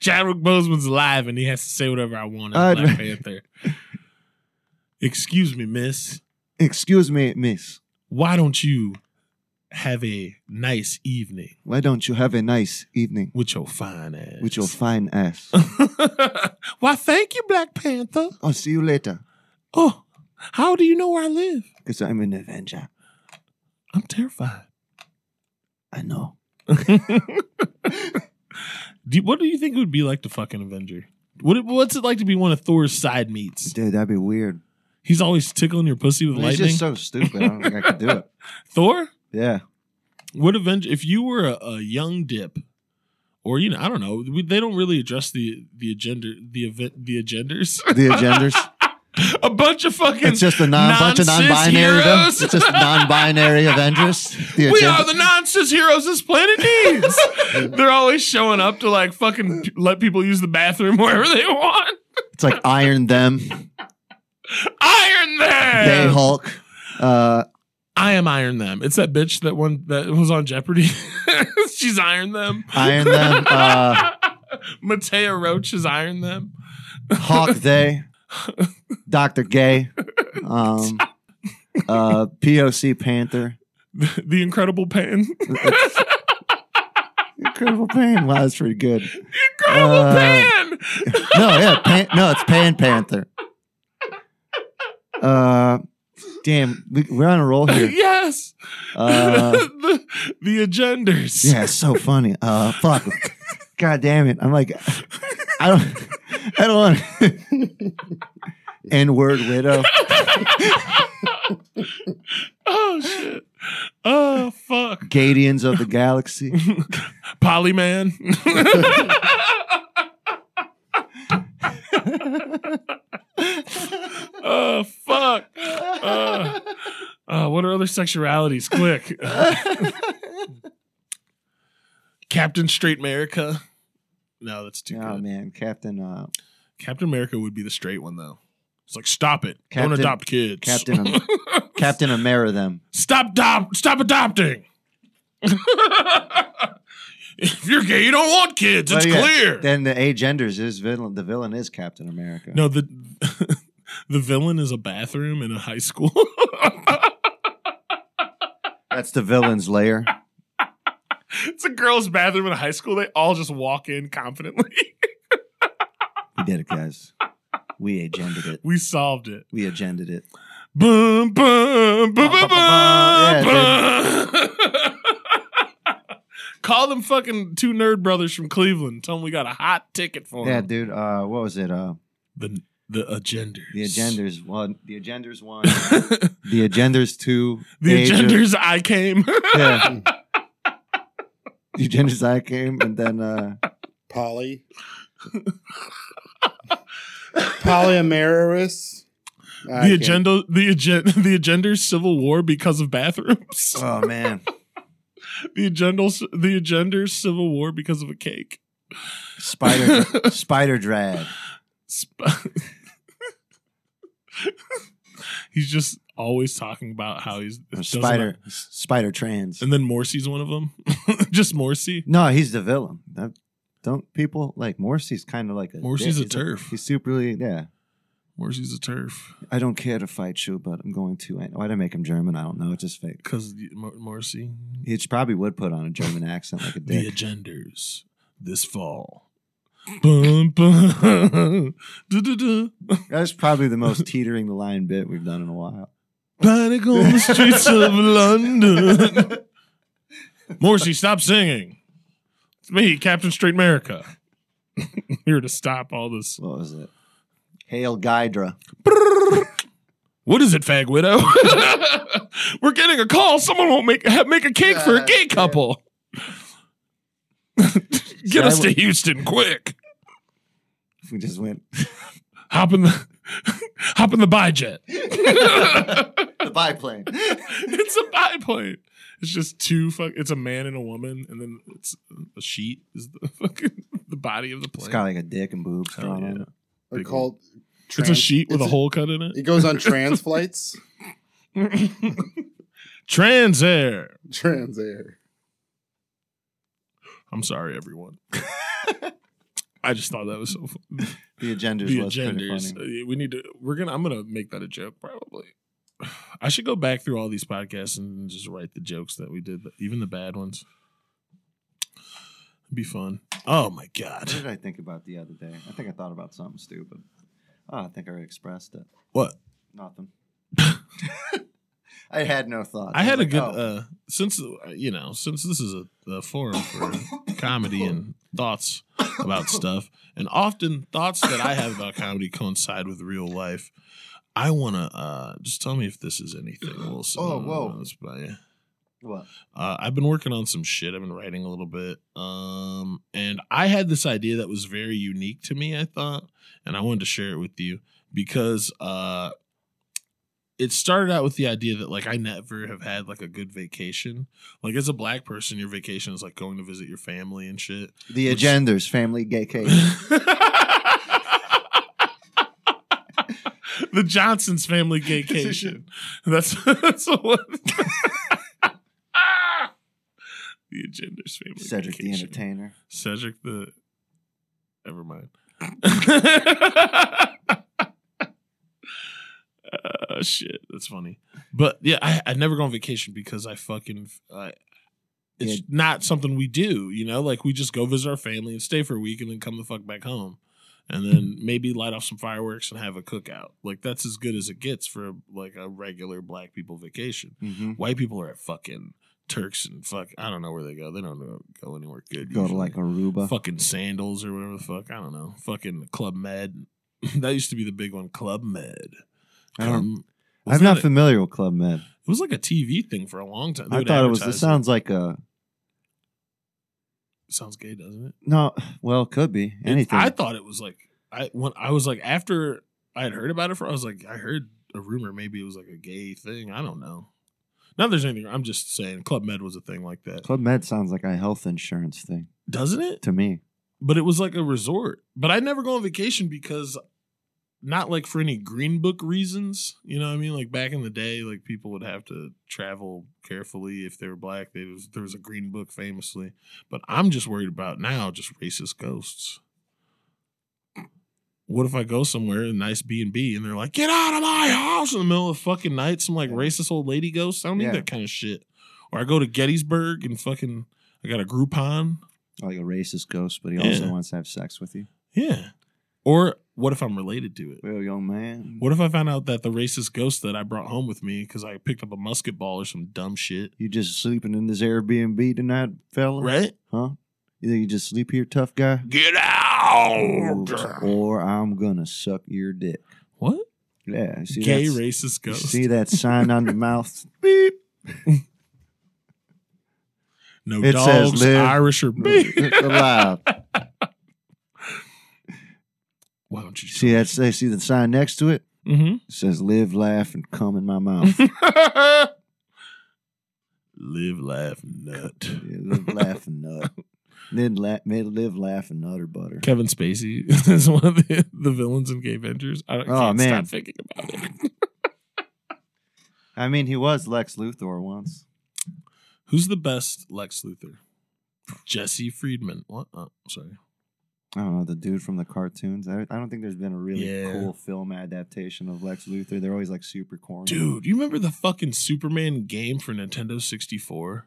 [SPEAKER 2] Chadwick Boseman's alive and he has to say whatever I want as
[SPEAKER 3] I'd
[SPEAKER 2] Black
[SPEAKER 3] ra-
[SPEAKER 2] Panther. Excuse me, miss.
[SPEAKER 3] Excuse me, miss.
[SPEAKER 2] Why don't you have a nice evening
[SPEAKER 3] Why don't you have a nice evening
[SPEAKER 2] with your fine ass?
[SPEAKER 3] with your fine ass?
[SPEAKER 2] Why, thank you, Black Panther.
[SPEAKER 3] I'll see you later
[SPEAKER 2] Oh, how do you know where I live?
[SPEAKER 3] because I'm an Avenger.
[SPEAKER 2] I'm terrified.
[SPEAKER 3] I know.
[SPEAKER 2] Do you- what do you think it would be like to fucking Avenger? What, what's it like to be one of Thor's side meets?
[SPEAKER 3] Dude, that'd be weird.
[SPEAKER 2] He's always tickling your pussy with
[SPEAKER 3] It's
[SPEAKER 2] lightning.
[SPEAKER 3] just so stupid. I don't think I could do it.
[SPEAKER 2] Thor?
[SPEAKER 3] Yeah.
[SPEAKER 2] What Avenger? If you were a, a young dip, or you know, I don't know, we, they don't really address the the agenda, the event, the agenders.
[SPEAKER 3] The agendas.
[SPEAKER 2] a bunch of fucking.
[SPEAKER 3] It's just a non bunch of
[SPEAKER 2] Non-cis
[SPEAKER 3] non binary.
[SPEAKER 2] heroes.
[SPEAKER 3] It's just non binary Avengers. The
[SPEAKER 2] we
[SPEAKER 3] agenda-
[SPEAKER 2] are the nonsense heroes this planet needs. They're always showing up to like fucking p- let people use the bathroom wherever they want.
[SPEAKER 3] it's like Iron Them,
[SPEAKER 2] Iron them.
[SPEAKER 3] Day Hulk. Uh,
[SPEAKER 2] I am Iron them. It's that bitch that one that was on Jeopardy. She's Iron them.
[SPEAKER 3] Iron Them, uh,
[SPEAKER 2] Matea Roach is Iron them.
[SPEAKER 3] Hawk They, Dr. Gay, um, uh, POC Panther.
[SPEAKER 2] the Incredible Pan.
[SPEAKER 3] Incredible Pan. Wow, that's pretty good.
[SPEAKER 2] Incredible
[SPEAKER 3] Uh,
[SPEAKER 2] Pan.
[SPEAKER 3] No, yeah, pan, no, it's Pan Panther. Uh, damn, we, we're on a roll here.
[SPEAKER 2] yes.
[SPEAKER 3] Uh,
[SPEAKER 2] the, the agenders.
[SPEAKER 3] yeah, it's so funny. Uh, fuck, god damn it, I'm like, I don't, I don't want N word widow.
[SPEAKER 2] Oh shit. Oh fuck.
[SPEAKER 3] Guardians of the Galaxy.
[SPEAKER 2] Polyman. oh fuck. Uh, uh, what are other sexualities? Quick. Captain Straight America. No, that's too
[SPEAKER 3] Oh
[SPEAKER 2] good.
[SPEAKER 3] man, Captain uh,
[SPEAKER 2] Captain America would be the straight one though. It's like stop it. Don't
[SPEAKER 3] Captain-
[SPEAKER 2] adopt kids.
[SPEAKER 3] Captain Am- Captain Amera them.
[SPEAKER 2] stop dop- stop adopting. if you're gay, you don't want kids. It's
[SPEAKER 3] Well, yeah,
[SPEAKER 2] clear.
[SPEAKER 3] Then the agenders is villain. The villain is Captain America.
[SPEAKER 2] no, the the villain is a bathroom in a high school.
[SPEAKER 3] that's the villain's lair.
[SPEAKER 2] it's a girl's bathroom in a high school. They all just walk in confidently.
[SPEAKER 3] We did it, guys. We agended it.
[SPEAKER 2] we solved it.
[SPEAKER 3] We agended it.
[SPEAKER 2] Boom, boom, boom, boom, boom,
[SPEAKER 3] Ba, ba, ba, ba.
[SPEAKER 2] boom. Call them fucking two nerd brothers from Cleveland. Tell them we got a hot ticket for
[SPEAKER 3] Yeah,
[SPEAKER 2] them.
[SPEAKER 3] dude. Uh, what was it? Uh,
[SPEAKER 2] The the agenders.
[SPEAKER 3] the agenders one. The agenders one. the agenders two.
[SPEAKER 2] the
[SPEAKER 3] Age of-
[SPEAKER 2] agenders. I came.
[SPEAKER 3] yeah. Eugene Desai came, and then uh,
[SPEAKER 4] Poly. Polyamerous. I
[SPEAKER 2] the
[SPEAKER 4] can't-
[SPEAKER 2] agenda, the agenda, the agenda's civil war because of bathrooms.
[SPEAKER 3] oh man,
[SPEAKER 2] the agenda, the agenda's civil war because of a cake.
[SPEAKER 3] spider spider drag.
[SPEAKER 2] Sp- he's just always talking about how he's
[SPEAKER 3] Or
[SPEAKER 2] doesn't-
[SPEAKER 3] spider spider trans.
[SPEAKER 2] and then Morrissey's one of them. just Morrissey.
[SPEAKER 3] No, he's the villain. That, don't people like Morrissey's kind of like a
[SPEAKER 2] Morrissey's
[SPEAKER 3] dick.
[SPEAKER 2] a
[SPEAKER 3] He's
[SPEAKER 2] turf.
[SPEAKER 3] he's super. Yeah,
[SPEAKER 2] Morrissey's a turf
[SPEAKER 3] I don't care to fight you, but I'm going to. Why would I make him German? I don't know. It's just fake.
[SPEAKER 2] because Morrissey.
[SPEAKER 3] He probably would put on a German accent like a dick.
[SPEAKER 2] The agendas this fall. Bum, bum. Du-du-du.
[SPEAKER 3] That's probably the most teetering the line bit we've done in a while.
[SPEAKER 2] Panic on the streets of London. Morrissey, stop singing. It's me, Captain Straight America. Here to stop all this.
[SPEAKER 3] What was it? Hail Gydra.
[SPEAKER 2] What is it, fag widow? We're getting a call. Someone won't make ha- make a cake for a gay couple. Get
[SPEAKER 3] I
[SPEAKER 2] us to
[SPEAKER 3] would-
[SPEAKER 2] Houston quick.
[SPEAKER 3] If we just went
[SPEAKER 2] Hop in the hop in the bijet.
[SPEAKER 3] the biplane.
[SPEAKER 2] it's a biplane. It's just two fuck. It's a man and a woman, and then it's a sheet is the fucking the body of the
[SPEAKER 3] It's
[SPEAKER 2] plane.
[SPEAKER 3] got like a dick and boobs drawn on it.
[SPEAKER 4] They're called.
[SPEAKER 2] it's a sheet with a
[SPEAKER 4] it's
[SPEAKER 2] hole cut in it.
[SPEAKER 4] It goes on trans flights.
[SPEAKER 2] Trans air.
[SPEAKER 4] Trans air.
[SPEAKER 2] I'm sorry, everyone. I just thought that was so fun.
[SPEAKER 3] The agendas
[SPEAKER 2] the
[SPEAKER 3] was pretty
[SPEAKER 2] agendas.
[SPEAKER 3] funny.
[SPEAKER 2] Uh, We need to. We're gonna. I'm gonna make that a joke probably. I should go back through all these podcasts and just write the jokes that we did, even the bad ones. It'd be fun. Oh my god.
[SPEAKER 3] What did I think about the other day? I think I thought about something stupid. Oh, I think I already expressed it.
[SPEAKER 2] What?
[SPEAKER 3] Nothing. I had no thoughts.
[SPEAKER 2] I had a
[SPEAKER 3] was like,
[SPEAKER 2] good
[SPEAKER 3] oh,
[SPEAKER 2] uh, since uh, you know since this is a, a forum for comedy and thoughts about stuff, and often thoughts that I have about comedy coincide with real life. I want to uh, just tell me if this is anything, Wilson.
[SPEAKER 3] Oh,
[SPEAKER 2] I don't
[SPEAKER 3] whoa.
[SPEAKER 2] know, it's by-
[SPEAKER 3] what?
[SPEAKER 2] Uh, I've been working on some shit. I've been writing a little bit, um, and I had this idea that was very unique to me. I thought, and I wanted to share it with you because uh, it started out with the idea that like I never have had like a good vacation. Like as a black person, your vacation is like going to visit your family and shit.
[SPEAKER 3] The
[SPEAKER 2] Which-
[SPEAKER 3] agendas, family gay cake.
[SPEAKER 2] the Johnson's family gaycation. That's that's what. the agenda's family.
[SPEAKER 3] Cedric the
[SPEAKER 2] gaycation.
[SPEAKER 3] Entertainer.
[SPEAKER 2] Cedric the. Never mind. Uh, shit, that's funny. But yeah, I, I never go on vacation because I fucking I, it's
[SPEAKER 3] Yeah.
[SPEAKER 2] not something we do. You know, like we just go visit our family and stay for a week and then come the fuck back home, and then maybe light off some fireworks and have a cookout. Like that's as good as it gets for like a regular black people vacation.
[SPEAKER 3] Mm-hmm.
[SPEAKER 2] White people are at fucking Turks and fuck. I don't know where they go. They don't know- go anywhere good.
[SPEAKER 3] Go to
[SPEAKER 2] usually.
[SPEAKER 3] like Aruba.
[SPEAKER 2] fucking sandals or whatever the fuck. I don't know. Fucking Club Med. that used to be the big one. Club Med.
[SPEAKER 3] I don't-
[SPEAKER 2] Um,
[SPEAKER 3] I'm
[SPEAKER 2] wasn't
[SPEAKER 3] not
[SPEAKER 2] that a-
[SPEAKER 3] familiar with Club Med.
[SPEAKER 2] It was like a TV thing for a long time. They
[SPEAKER 3] I
[SPEAKER 2] would
[SPEAKER 3] thought it was. It
[SPEAKER 2] advertise
[SPEAKER 3] sounds like a
[SPEAKER 2] sounds gay, doesn't it?
[SPEAKER 3] no. Well, could be
[SPEAKER 2] It-
[SPEAKER 3] anything.
[SPEAKER 2] I thought it was like I when I was like after I had heard about it for I was like I heard a rumor maybe it was like a gay thing. I don't know. Not that there's anything. I'm just saying Club Med was a thing like that,
[SPEAKER 3] Club Med sounds like a health insurance thing
[SPEAKER 2] doesn't it?
[SPEAKER 3] to me.
[SPEAKER 2] but it was like a resort. But I never go on vacation because not like for any green book reasons, you know what I mean? Like back in the day, like people would have to travel carefully if they were black. They was, there was a green book famously. But I'm just worried about now just racist ghosts. What if I go somewhere a nice B and B and they're like, "Get out of my house" in the middle of the fucking night? Some like
[SPEAKER 3] Yeah.
[SPEAKER 2] racist old lady ghost. I don't
[SPEAKER 3] Yeah.
[SPEAKER 2] need that kind of shit. Or I go to Gettysburg and fucking I got a Groupon.
[SPEAKER 3] Like a racist ghost, but he also
[SPEAKER 2] Yeah.
[SPEAKER 3] wants to have sex with you.
[SPEAKER 2] Yeah. Or what if I'm related to it?
[SPEAKER 3] Well, young man.
[SPEAKER 2] What if I found out that the racist ghost that I brought home with me because I picked up a musket ball or some dumb shit,
[SPEAKER 3] You just sleeping in this Airbnb tonight, fella?
[SPEAKER 2] right?
[SPEAKER 3] Huh? You think you just sleep here, tough guy?
[SPEAKER 2] Get
[SPEAKER 3] Or,
[SPEAKER 2] out!
[SPEAKER 3] or I'm gonna suck your dick.
[SPEAKER 2] What?
[SPEAKER 3] Yeah, you see
[SPEAKER 2] Gay
[SPEAKER 3] that,
[SPEAKER 2] racist
[SPEAKER 3] you
[SPEAKER 2] ghost.
[SPEAKER 3] see that sign on your mouth? Beep.
[SPEAKER 2] No
[SPEAKER 3] It says
[SPEAKER 2] dogs,
[SPEAKER 3] live-
[SPEAKER 2] Irish or beef.
[SPEAKER 3] alive.
[SPEAKER 2] Why don't you
[SPEAKER 3] See that? They see the sign next to it.
[SPEAKER 2] Mm-hmm.
[SPEAKER 3] It says "Live, laugh, and come in my mouth."
[SPEAKER 2] Live, laugh, nut.
[SPEAKER 3] Yeah, live, laugh, and nut. Then la- mid- live, laugh, and nutter butter.
[SPEAKER 2] Kevin Spacey is one of the, the villains in Gay Ventures. I don't,
[SPEAKER 3] Oh,
[SPEAKER 2] can't
[SPEAKER 3] man.
[SPEAKER 2] stop thinking about it.
[SPEAKER 3] I mean, he was Lex Luthor once.
[SPEAKER 2] Who's the best Lex Luthor? Jesse Friedman. What? Oh, sorry.
[SPEAKER 3] I don't know the dude from the cartoons. I, I don't think there's been a really
[SPEAKER 2] Yeah.
[SPEAKER 3] cool film adaptation of Lex Luthor. They're always like super corny.
[SPEAKER 2] Dude, you remember the fucking Superman game for Nintendo 64?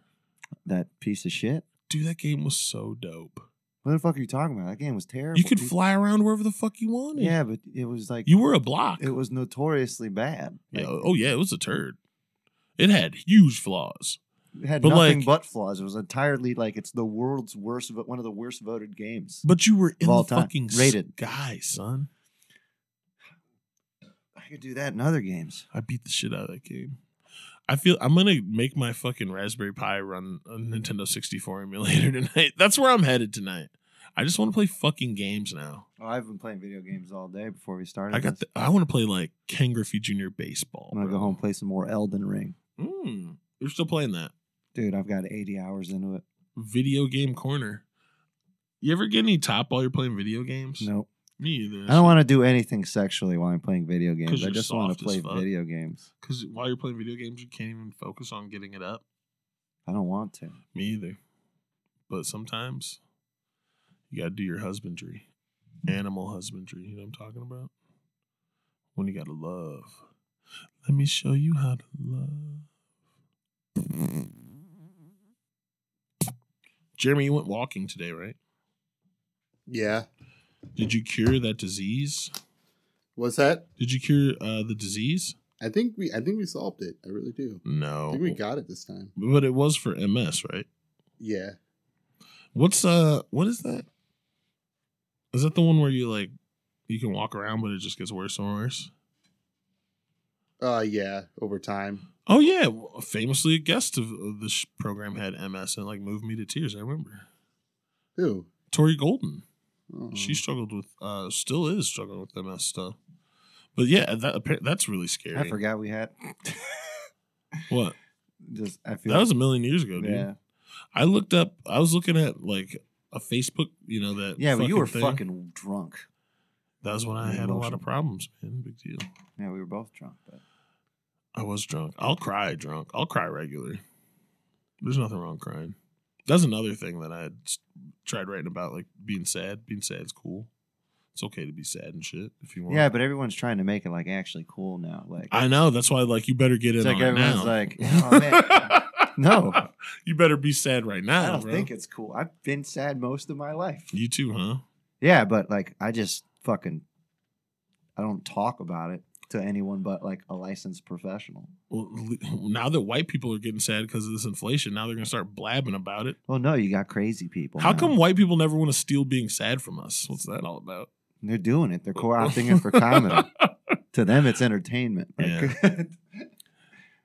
[SPEAKER 3] that piece of shit.
[SPEAKER 2] Dude, that game was so dope.
[SPEAKER 3] What the fuck are you talking about? That game was terrible.
[SPEAKER 2] You could
[SPEAKER 3] dude.
[SPEAKER 2] fly around wherever the fuck you wanted.
[SPEAKER 3] Yeah, but it was like
[SPEAKER 2] You were a block.
[SPEAKER 3] it was notoriously bad.
[SPEAKER 2] Yeah,
[SPEAKER 3] Like,
[SPEAKER 2] oh, yeah, it was a turd. It had huge flaws.
[SPEAKER 3] It had
[SPEAKER 2] But,
[SPEAKER 3] nothing
[SPEAKER 2] like-
[SPEAKER 3] but flaws. It was entirely like it's the world's worst, vo- one of the worst voted games.
[SPEAKER 2] But you were in
[SPEAKER 3] all
[SPEAKER 2] the
[SPEAKER 3] time.
[SPEAKER 2] fucking
[SPEAKER 3] Rated.
[SPEAKER 2] sky, son.
[SPEAKER 3] I could do that in other games.
[SPEAKER 2] I beat the shit out of that game. I feel I'm gonna make my fucking Raspberry Pi run a Nintendo 64 emulator tonight. That's where I'm headed tonight. I just want to play fucking games now.
[SPEAKER 3] Oh, I've been playing video games all day before we started.
[SPEAKER 2] I got. The,
[SPEAKER 3] this.
[SPEAKER 2] I want to play like Ken Griffey Jr. baseball.
[SPEAKER 3] I'm gonna
[SPEAKER 2] bro.
[SPEAKER 3] go home and play some more Elden Ring,
[SPEAKER 2] Mm, you're still playing that
[SPEAKER 3] dude. I've got 80 hours into it.
[SPEAKER 2] video game corner. You ever get any top while you're playing video games?
[SPEAKER 3] Nope.
[SPEAKER 2] me either.
[SPEAKER 3] I don't want to do anything sexually while I'm playing video
[SPEAKER 2] 'Cause
[SPEAKER 3] games. I
[SPEAKER 2] you're
[SPEAKER 3] just want
[SPEAKER 2] soft
[SPEAKER 3] to
[SPEAKER 2] as
[SPEAKER 3] play
[SPEAKER 2] fuck.
[SPEAKER 3] video games.
[SPEAKER 2] because while you're playing video games, you can't even focus on getting it up.
[SPEAKER 3] I don't want to.
[SPEAKER 2] Me either. But sometimes you got to do your husbandry, animal husbandry. You know what I'm talking about? When you got to love. Let me show you how to love. Jeremy, you went walking today, right?
[SPEAKER 4] Yeah.
[SPEAKER 2] Did you cure that disease?
[SPEAKER 4] What's that?
[SPEAKER 2] Did you cure uh, the disease?
[SPEAKER 4] I think we I think we solved it. I really do. I
[SPEAKER 2] No.
[SPEAKER 4] think we got it this time.
[SPEAKER 2] But it was for MS, right?
[SPEAKER 4] Yeah.
[SPEAKER 2] What's uh what is that? Is that the one where you like you can walk around but it just gets worse and worse?
[SPEAKER 4] Uh yeah, over time.
[SPEAKER 2] Oh yeah, famously a guest of, of this program had MS and like moved me to tears, I remember.
[SPEAKER 4] Who?
[SPEAKER 2] Tori Golden.
[SPEAKER 4] Oh.
[SPEAKER 3] Hmm.
[SPEAKER 2] She struggled with uh still is struggling with MS stuff. But yeah, that appa- that's really scary.
[SPEAKER 3] I forgot we had.
[SPEAKER 2] What?
[SPEAKER 3] just I feel
[SPEAKER 2] That was a million years ago, dude.
[SPEAKER 3] yeah,
[SPEAKER 2] I looked up I was looking at like a Facebook, you know that
[SPEAKER 3] yeah. But you were
[SPEAKER 2] thing.
[SPEAKER 3] fucking drunk.
[SPEAKER 2] That was when I had a lot
[SPEAKER 3] Emotional.
[SPEAKER 2] of problems, man. Big deal.
[SPEAKER 3] Yeah, we were both drunk. But
[SPEAKER 2] I was drunk. I'll cry drunk. I'll cry regularly. There's nothing wrong crying. That's another thing that I had s- tried writing about, like being sad. Being sad's cool. It's okay to be sad and shit if you want.
[SPEAKER 3] yeah, but everyone's trying to make it like actually cool now. Like
[SPEAKER 2] I know. That's why, like, you better get in
[SPEAKER 3] It's like
[SPEAKER 2] on it now.
[SPEAKER 3] everyone's like, "Oh, man." no,
[SPEAKER 2] you better be sad right now.
[SPEAKER 3] I don't
[SPEAKER 2] bro.
[SPEAKER 3] think it's cool. I've been sad most of my life.
[SPEAKER 2] You too, huh?
[SPEAKER 3] Yeah, but like I just fucking I don't talk about it to anyone but like a licensed professional.
[SPEAKER 2] Well, le- now that white people are getting sad because of this inflation, now they're gonna start blabbing about it.
[SPEAKER 3] Well, no, you got crazy people.
[SPEAKER 2] How
[SPEAKER 3] now.
[SPEAKER 2] come white people never want to steal being sad from us? What's that all about?
[SPEAKER 3] they're doing it? They're co-opting it for comedy. to them, it's entertainment. Like, yeah.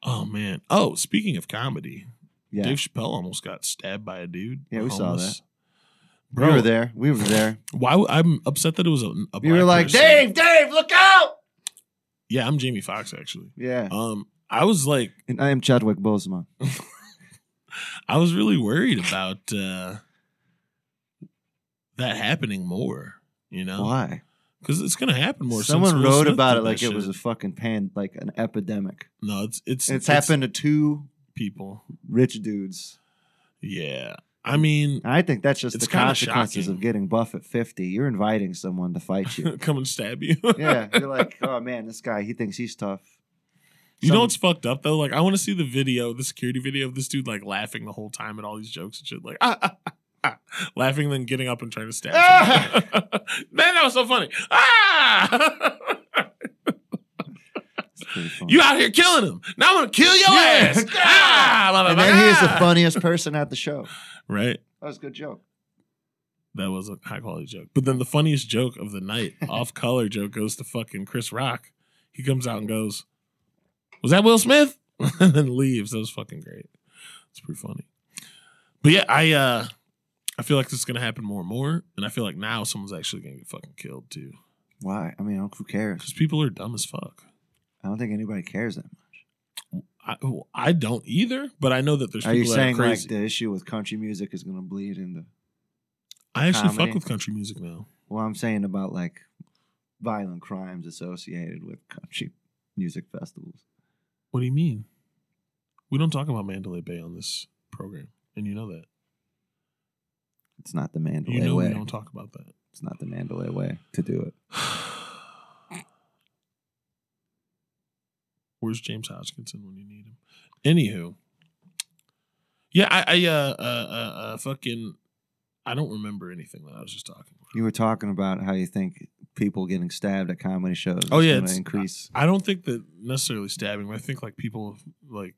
[SPEAKER 2] Oh man. Oh, speaking of comedy, Dave Chappelle almost got stabbed by a dude.
[SPEAKER 3] Yeah, we saw that.
[SPEAKER 2] Bro,
[SPEAKER 3] we were there. We were there.
[SPEAKER 2] Why? w- I'm upset that it was a. a
[SPEAKER 3] We
[SPEAKER 2] black
[SPEAKER 3] were like,
[SPEAKER 2] person.
[SPEAKER 3] Dave, Dave, look out!
[SPEAKER 2] Yeah, I'm Jamie Foxx actually.
[SPEAKER 3] Yeah,
[SPEAKER 2] Um, I was like,
[SPEAKER 3] and I am Chadwick Boseman.
[SPEAKER 2] I was really worried about uh that happening more. You know,
[SPEAKER 3] Why?
[SPEAKER 2] because it's gonna happen more. since
[SPEAKER 3] Someone
[SPEAKER 2] Will
[SPEAKER 3] wrote
[SPEAKER 2] Smith
[SPEAKER 3] about
[SPEAKER 2] did
[SPEAKER 3] it like
[SPEAKER 2] that
[SPEAKER 3] it was a
[SPEAKER 2] shit.
[SPEAKER 3] fucking pan, like an epidemic.
[SPEAKER 2] no, it's it's
[SPEAKER 3] It's, happened to two
[SPEAKER 2] people.
[SPEAKER 3] rich dudes.
[SPEAKER 2] Yeah, I mean,
[SPEAKER 3] I think that's just
[SPEAKER 2] It's
[SPEAKER 3] the
[SPEAKER 2] kinda
[SPEAKER 3] consequences
[SPEAKER 2] shocking.
[SPEAKER 3] of getting buff at 50. You're inviting someone to fight you.
[SPEAKER 2] come and stab you.
[SPEAKER 3] yeah. You're like, oh man, this guy, he thinks he's tough.
[SPEAKER 2] You know
[SPEAKER 3] Some-
[SPEAKER 2] what's fucked up though? Like I want to see the video, the security video of this dude like laughing the whole time at all these jokes and shit, like ah, ah, ah, ah, laughing, then getting up and trying to stab.
[SPEAKER 3] Ah!
[SPEAKER 2] someone. Man, that was so funny. Ah!
[SPEAKER 3] It's pretty funny.
[SPEAKER 2] you out here killing him. Now I'm gonna kill your
[SPEAKER 3] Yeah.
[SPEAKER 2] ass. ah, blah, blah,
[SPEAKER 3] and
[SPEAKER 2] blah,
[SPEAKER 3] then he's the
[SPEAKER 2] ah.
[SPEAKER 3] funniest person at the show.
[SPEAKER 2] Right.
[SPEAKER 3] That was a good joke.
[SPEAKER 2] That was a high quality joke. But then the funniest joke of the night, off color joke, goes to fucking Chris Rock. He comes out and goes, Was that Will Smith? and then leaves. That was fucking great. It's pretty funny. But yeah, I uh I feel like this is gonna happen more and more, and I feel like now someone's actually gonna get fucking killed too,
[SPEAKER 3] Why? I mean, who
[SPEAKER 2] because
[SPEAKER 3] cares?
[SPEAKER 2] people are dumb as fuck.
[SPEAKER 3] I don't think anybody cares that much.
[SPEAKER 2] I, well, I don't either, but I know that there's
[SPEAKER 3] Are
[SPEAKER 2] people
[SPEAKER 3] you
[SPEAKER 2] that
[SPEAKER 3] saying
[SPEAKER 2] are
[SPEAKER 3] like
[SPEAKER 2] crazy.
[SPEAKER 3] the issue with country music is going to bleed into?
[SPEAKER 2] I actually
[SPEAKER 3] comedy?
[SPEAKER 2] fuck with country music now.
[SPEAKER 3] Well, I'm saying about like violent crimes associated with country music festivals.
[SPEAKER 2] What do you mean? We don't talk about Mandalay Bay on this program, and you know that.
[SPEAKER 3] It's not the
[SPEAKER 2] You
[SPEAKER 3] Mandalay
[SPEAKER 2] know we
[SPEAKER 3] way.
[SPEAKER 2] don't talk about that.
[SPEAKER 3] It's not the Mandalay way to do it.
[SPEAKER 2] Where's James Hodgkinson when you need him? Anywho, yeah, I, I uh, uh, uh, uh, fucking, I don't remember anything that I was just talking about.
[SPEAKER 3] You were talking about how you think people getting stabbed at comedy shows.
[SPEAKER 2] Oh, yeah,
[SPEAKER 3] going
[SPEAKER 2] it's-
[SPEAKER 3] to increase.
[SPEAKER 2] I don't think that necessarily stabbing. But I think like people like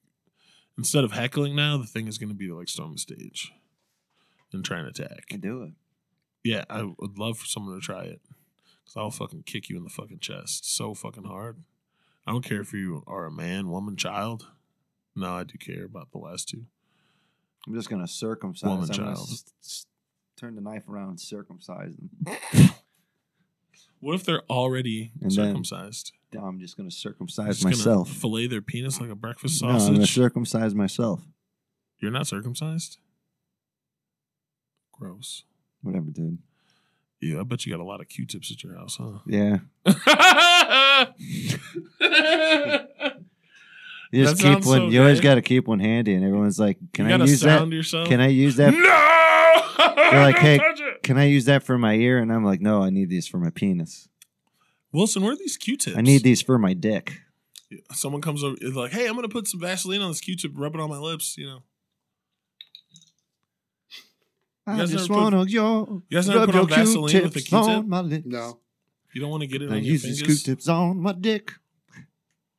[SPEAKER 2] instead of heckling now, the thing is going to be to like storm the stage and try and attack.
[SPEAKER 3] I do it.
[SPEAKER 2] Yeah, I would love for someone to try it because I'll fucking kick you in the fucking chest so fucking hard. I don't care if you are a man, woman, child. No, I do care about the last two.
[SPEAKER 3] I'm just gonna circumcise.
[SPEAKER 2] Woman
[SPEAKER 3] I'm gonna
[SPEAKER 2] child.
[SPEAKER 3] s- s- turn the knife around and circumcise them.
[SPEAKER 2] What if they're already
[SPEAKER 3] And then-
[SPEAKER 2] circumcised?
[SPEAKER 3] Now I'm just gonna
[SPEAKER 2] You're
[SPEAKER 3] circumcise
[SPEAKER 2] just gonna
[SPEAKER 3] myself.
[SPEAKER 2] fillet their penis like a breakfast
[SPEAKER 3] No, I'm gonna
[SPEAKER 2] sausage.
[SPEAKER 3] circumcise myself.
[SPEAKER 2] You're not circumcised. Gross.
[SPEAKER 3] Whatever, dude.
[SPEAKER 2] Yeah, I bet you got a lot of Q-tips at your house, huh?
[SPEAKER 3] Yeah,
[SPEAKER 2] you
[SPEAKER 3] you
[SPEAKER 2] That
[SPEAKER 3] just keep
[SPEAKER 2] sounds
[SPEAKER 3] one.
[SPEAKER 2] so
[SPEAKER 3] you always
[SPEAKER 2] gay.
[SPEAKER 3] got to keep one handy, and everyone's like, "Can I
[SPEAKER 2] gotta
[SPEAKER 3] use
[SPEAKER 2] sound
[SPEAKER 3] that?
[SPEAKER 2] yourself.
[SPEAKER 3] Can I use that?
[SPEAKER 2] No.
[SPEAKER 3] You're like,
[SPEAKER 2] Don't
[SPEAKER 3] "Hey,
[SPEAKER 2] touch it."
[SPEAKER 3] Can I use that for my ear?" And I'm like, "No, I need these for my penis.
[SPEAKER 2] Wilson, where are these Q-tips?
[SPEAKER 3] I need these for my dick."
[SPEAKER 2] Someone comes over, is like, "Hey, I'm gonna put some Vaseline on this Q-tip, rub it on my lips." You know,
[SPEAKER 3] I
[SPEAKER 2] guys
[SPEAKER 3] just
[SPEAKER 2] never put-
[SPEAKER 3] wanna yo,
[SPEAKER 2] you guys never
[SPEAKER 3] rub
[SPEAKER 2] put on
[SPEAKER 3] your
[SPEAKER 2] Vaseline with a
[SPEAKER 3] Q-tips
[SPEAKER 2] Q-tip?
[SPEAKER 3] on my lips.
[SPEAKER 4] No.
[SPEAKER 2] you don't want to get it
[SPEAKER 3] I
[SPEAKER 2] on your
[SPEAKER 3] use these
[SPEAKER 2] fingers.
[SPEAKER 3] Q-tips on my dick.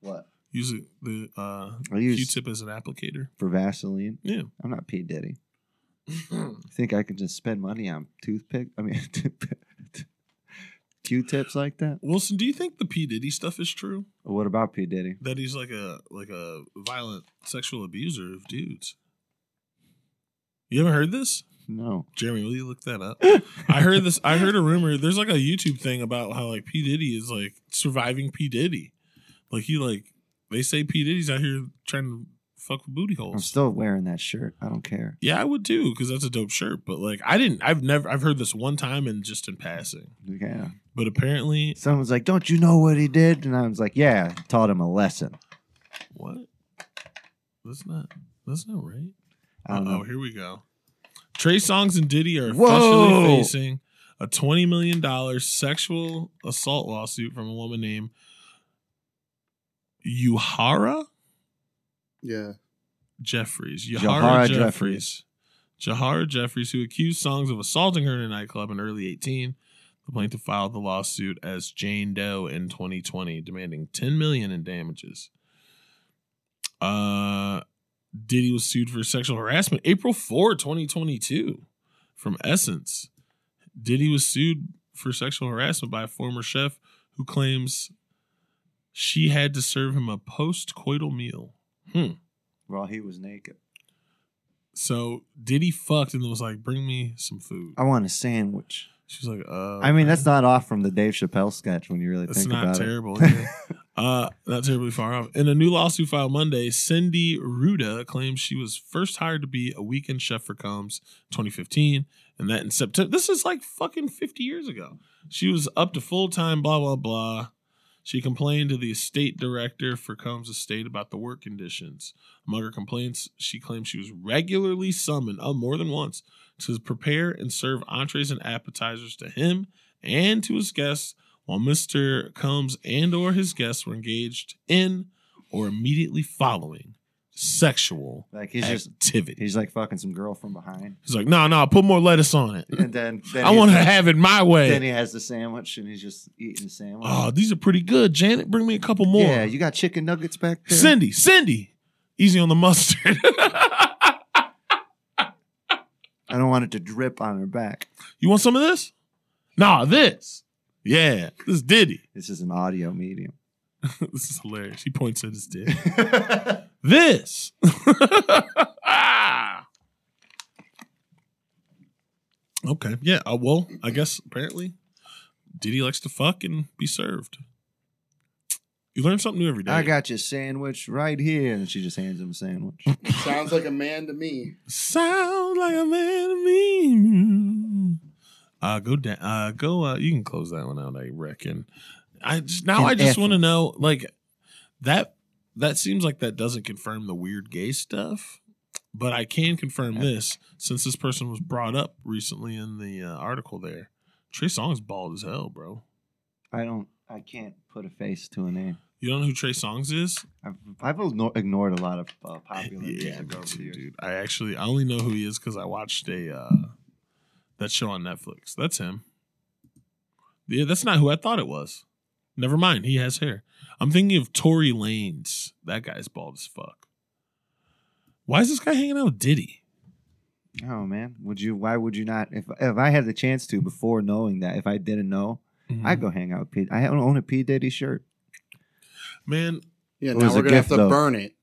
[SPEAKER 3] What?
[SPEAKER 2] Use it, the uh,
[SPEAKER 3] I use
[SPEAKER 2] Q-tip as an applicator.
[SPEAKER 3] for Vaseline.
[SPEAKER 2] Yeah.
[SPEAKER 3] I'm not P Diddy. You think I can just spend money on toothpick? I mean, Q-tips like that.
[SPEAKER 2] Wilson, do you think the P Diddy stuff is true?
[SPEAKER 3] What about P Diddy?
[SPEAKER 2] That he's like a like a violent sexual abuser of dudes. You haven't heard this?
[SPEAKER 3] No.
[SPEAKER 2] Jeremy, will you look that up? I heard this. I heard a rumor. There's like a YouTube thing about how like P Diddy is like surviving P Diddy. Like he like they say P Diddy's out here trying to fuck with booty
[SPEAKER 3] I'm
[SPEAKER 2] holes.
[SPEAKER 3] still wearing that shirt. I don't care.
[SPEAKER 2] yeah, I would too because that's a dope shirt. But like I didn't. I've never. I've heard this one time and just in passing.
[SPEAKER 3] Yeah.
[SPEAKER 2] But apparently,
[SPEAKER 3] Someone's like, "Don't you know what he did?" And I was like, "Yeah, taught him a lesson."
[SPEAKER 2] what? That's not. That's not right.
[SPEAKER 3] I don't
[SPEAKER 2] Oh,
[SPEAKER 3] know.
[SPEAKER 2] here we go. Trey Songs and Diddy are
[SPEAKER 3] Um, Whoa!
[SPEAKER 2] officially facing a twenty million dollar sexual assault lawsuit from a woman named Yuhara
[SPEAKER 4] Yeah.
[SPEAKER 2] Jeffries. Yuhara
[SPEAKER 3] Yahara
[SPEAKER 2] Jeffries. Jahara Jeffries, who accused Songs of assaulting her in a nightclub in early 18. The plaintiff filed the lawsuit as Jane Doe in 2020, demanding 10 million in damages. Uh Diddy was sued for sexual harassment April 4, 2022 from Essence. Diddy was sued for sexual harassment by a former chef who claims she had to serve him a post-coital meal. Hmm.
[SPEAKER 3] Well, he was naked.
[SPEAKER 2] So Diddy fucked and was like, "Bring me some food."
[SPEAKER 3] I want a sandwich.
[SPEAKER 2] She was like, "Uh."
[SPEAKER 3] I mean,
[SPEAKER 2] okay.
[SPEAKER 3] that's not off from the Dave Chappelle sketch when you really
[SPEAKER 2] that's
[SPEAKER 3] think
[SPEAKER 2] not
[SPEAKER 3] about
[SPEAKER 2] terrible.
[SPEAKER 3] it.
[SPEAKER 2] yeah. uh, not terribly far off. In a new lawsuit filed Monday, Cindy Ruda claims she was first hired to be a weekend chef for Combs 2015, and that in September. This is like fucking 50 years ago. She was up to full time. Blah blah blah. She complained to the estate director for Combs Estate about the work conditions. Among her complaints, she claimed she was regularly summoned, uh, more than once, to prepare and serve entrees and appetizers to him and to his guests while Mr. Combs and or his guests were engaged in or immediately following sexual
[SPEAKER 3] like he's just
[SPEAKER 2] activity.
[SPEAKER 3] he's like fucking some girl from behind,
[SPEAKER 2] He's like, no, no, put more lettuce on it.
[SPEAKER 3] and then, then
[SPEAKER 2] I
[SPEAKER 3] he's
[SPEAKER 2] want to
[SPEAKER 3] like-
[SPEAKER 2] have it my
[SPEAKER 3] Then
[SPEAKER 2] way.
[SPEAKER 3] he has the sandwich, and he's just eating the sandwich.
[SPEAKER 2] Oh, these are pretty good. Janet, bring me a couple more.
[SPEAKER 3] Yeah, you got chicken nuggets back there.
[SPEAKER 2] Cindy, Cindy, easy on the mustard.
[SPEAKER 3] I don't want it to drip on her back.
[SPEAKER 2] you want some of this? Nah, this. Yeah, this is Diddy.
[SPEAKER 3] This is an audio medium.
[SPEAKER 2] this is hilarious. He points at his dick. this. Okay. Yeah. Uh, well, I guess apparently Diddy likes to fuck and be served. You learn something new every day.
[SPEAKER 3] I got your sandwich right here. And she just hands him a sandwich.
[SPEAKER 4] Sounds like a man to me.
[SPEAKER 2] Sound like a man to me. Uh, go down. Uh, go. Uh, you can close that one out. I reckon. I just, now.
[SPEAKER 3] In
[SPEAKER 2] I just want to
[SPEAKER 3] essence.
[SPEAKER 2] know, like that. That seems like that doesn't confirm the weird gay stuff, but I can confirm this since this person was brought up recently in the uh, article. There, Trey Songz bald as hell, bro.
[SPEAKER 3] I don't. I can't put a face to a name.
[SPEAKER 2] You don't know who Trey Songz is?
[SPEAKER 3] I've, I've igno- ignored a lot of uh, popular
[SPEAKER 2] yeah,
[SPEAKER 3] music
[SPEAKER 2] me
[SPEAKER 3] over the
[SPEAKER 2] too,
[SPEAKER 3] years.
[SPEAKER 2] dude. I actually I only know who he is because I watched a uh, that show on Netflix. That's him. Yeah, that's not who I thought it was. Never mind, he has hair. I'm thinking of Tory Lanez. That guy's bald as fuck. Why is this guy hanging out with Diddy?
[SPEAKER 3] Oh man, would you? Why would you not? If if I had the chance to before knowing that, if I didn't know, I'd
[SPEAKER 2] Mm-hmm.
[SPEAKER 3] go hang out with P. I don't own a P Diddy shirt.
[SPEAKER 2] Man,
[SPEAKER 4] Yeah,
[SPEAKER 3] It
[SPEAKER 4] now
[SPEAKER 3] was
[SPEAKER 4] we're
[SPEAKER 3] a
[SPEAKER 4] gonna have
[SPEAKER 3] gift,
[SPEAKER 4] to
[SPEAKER 3] though.
[SPEAKER 4] burn it.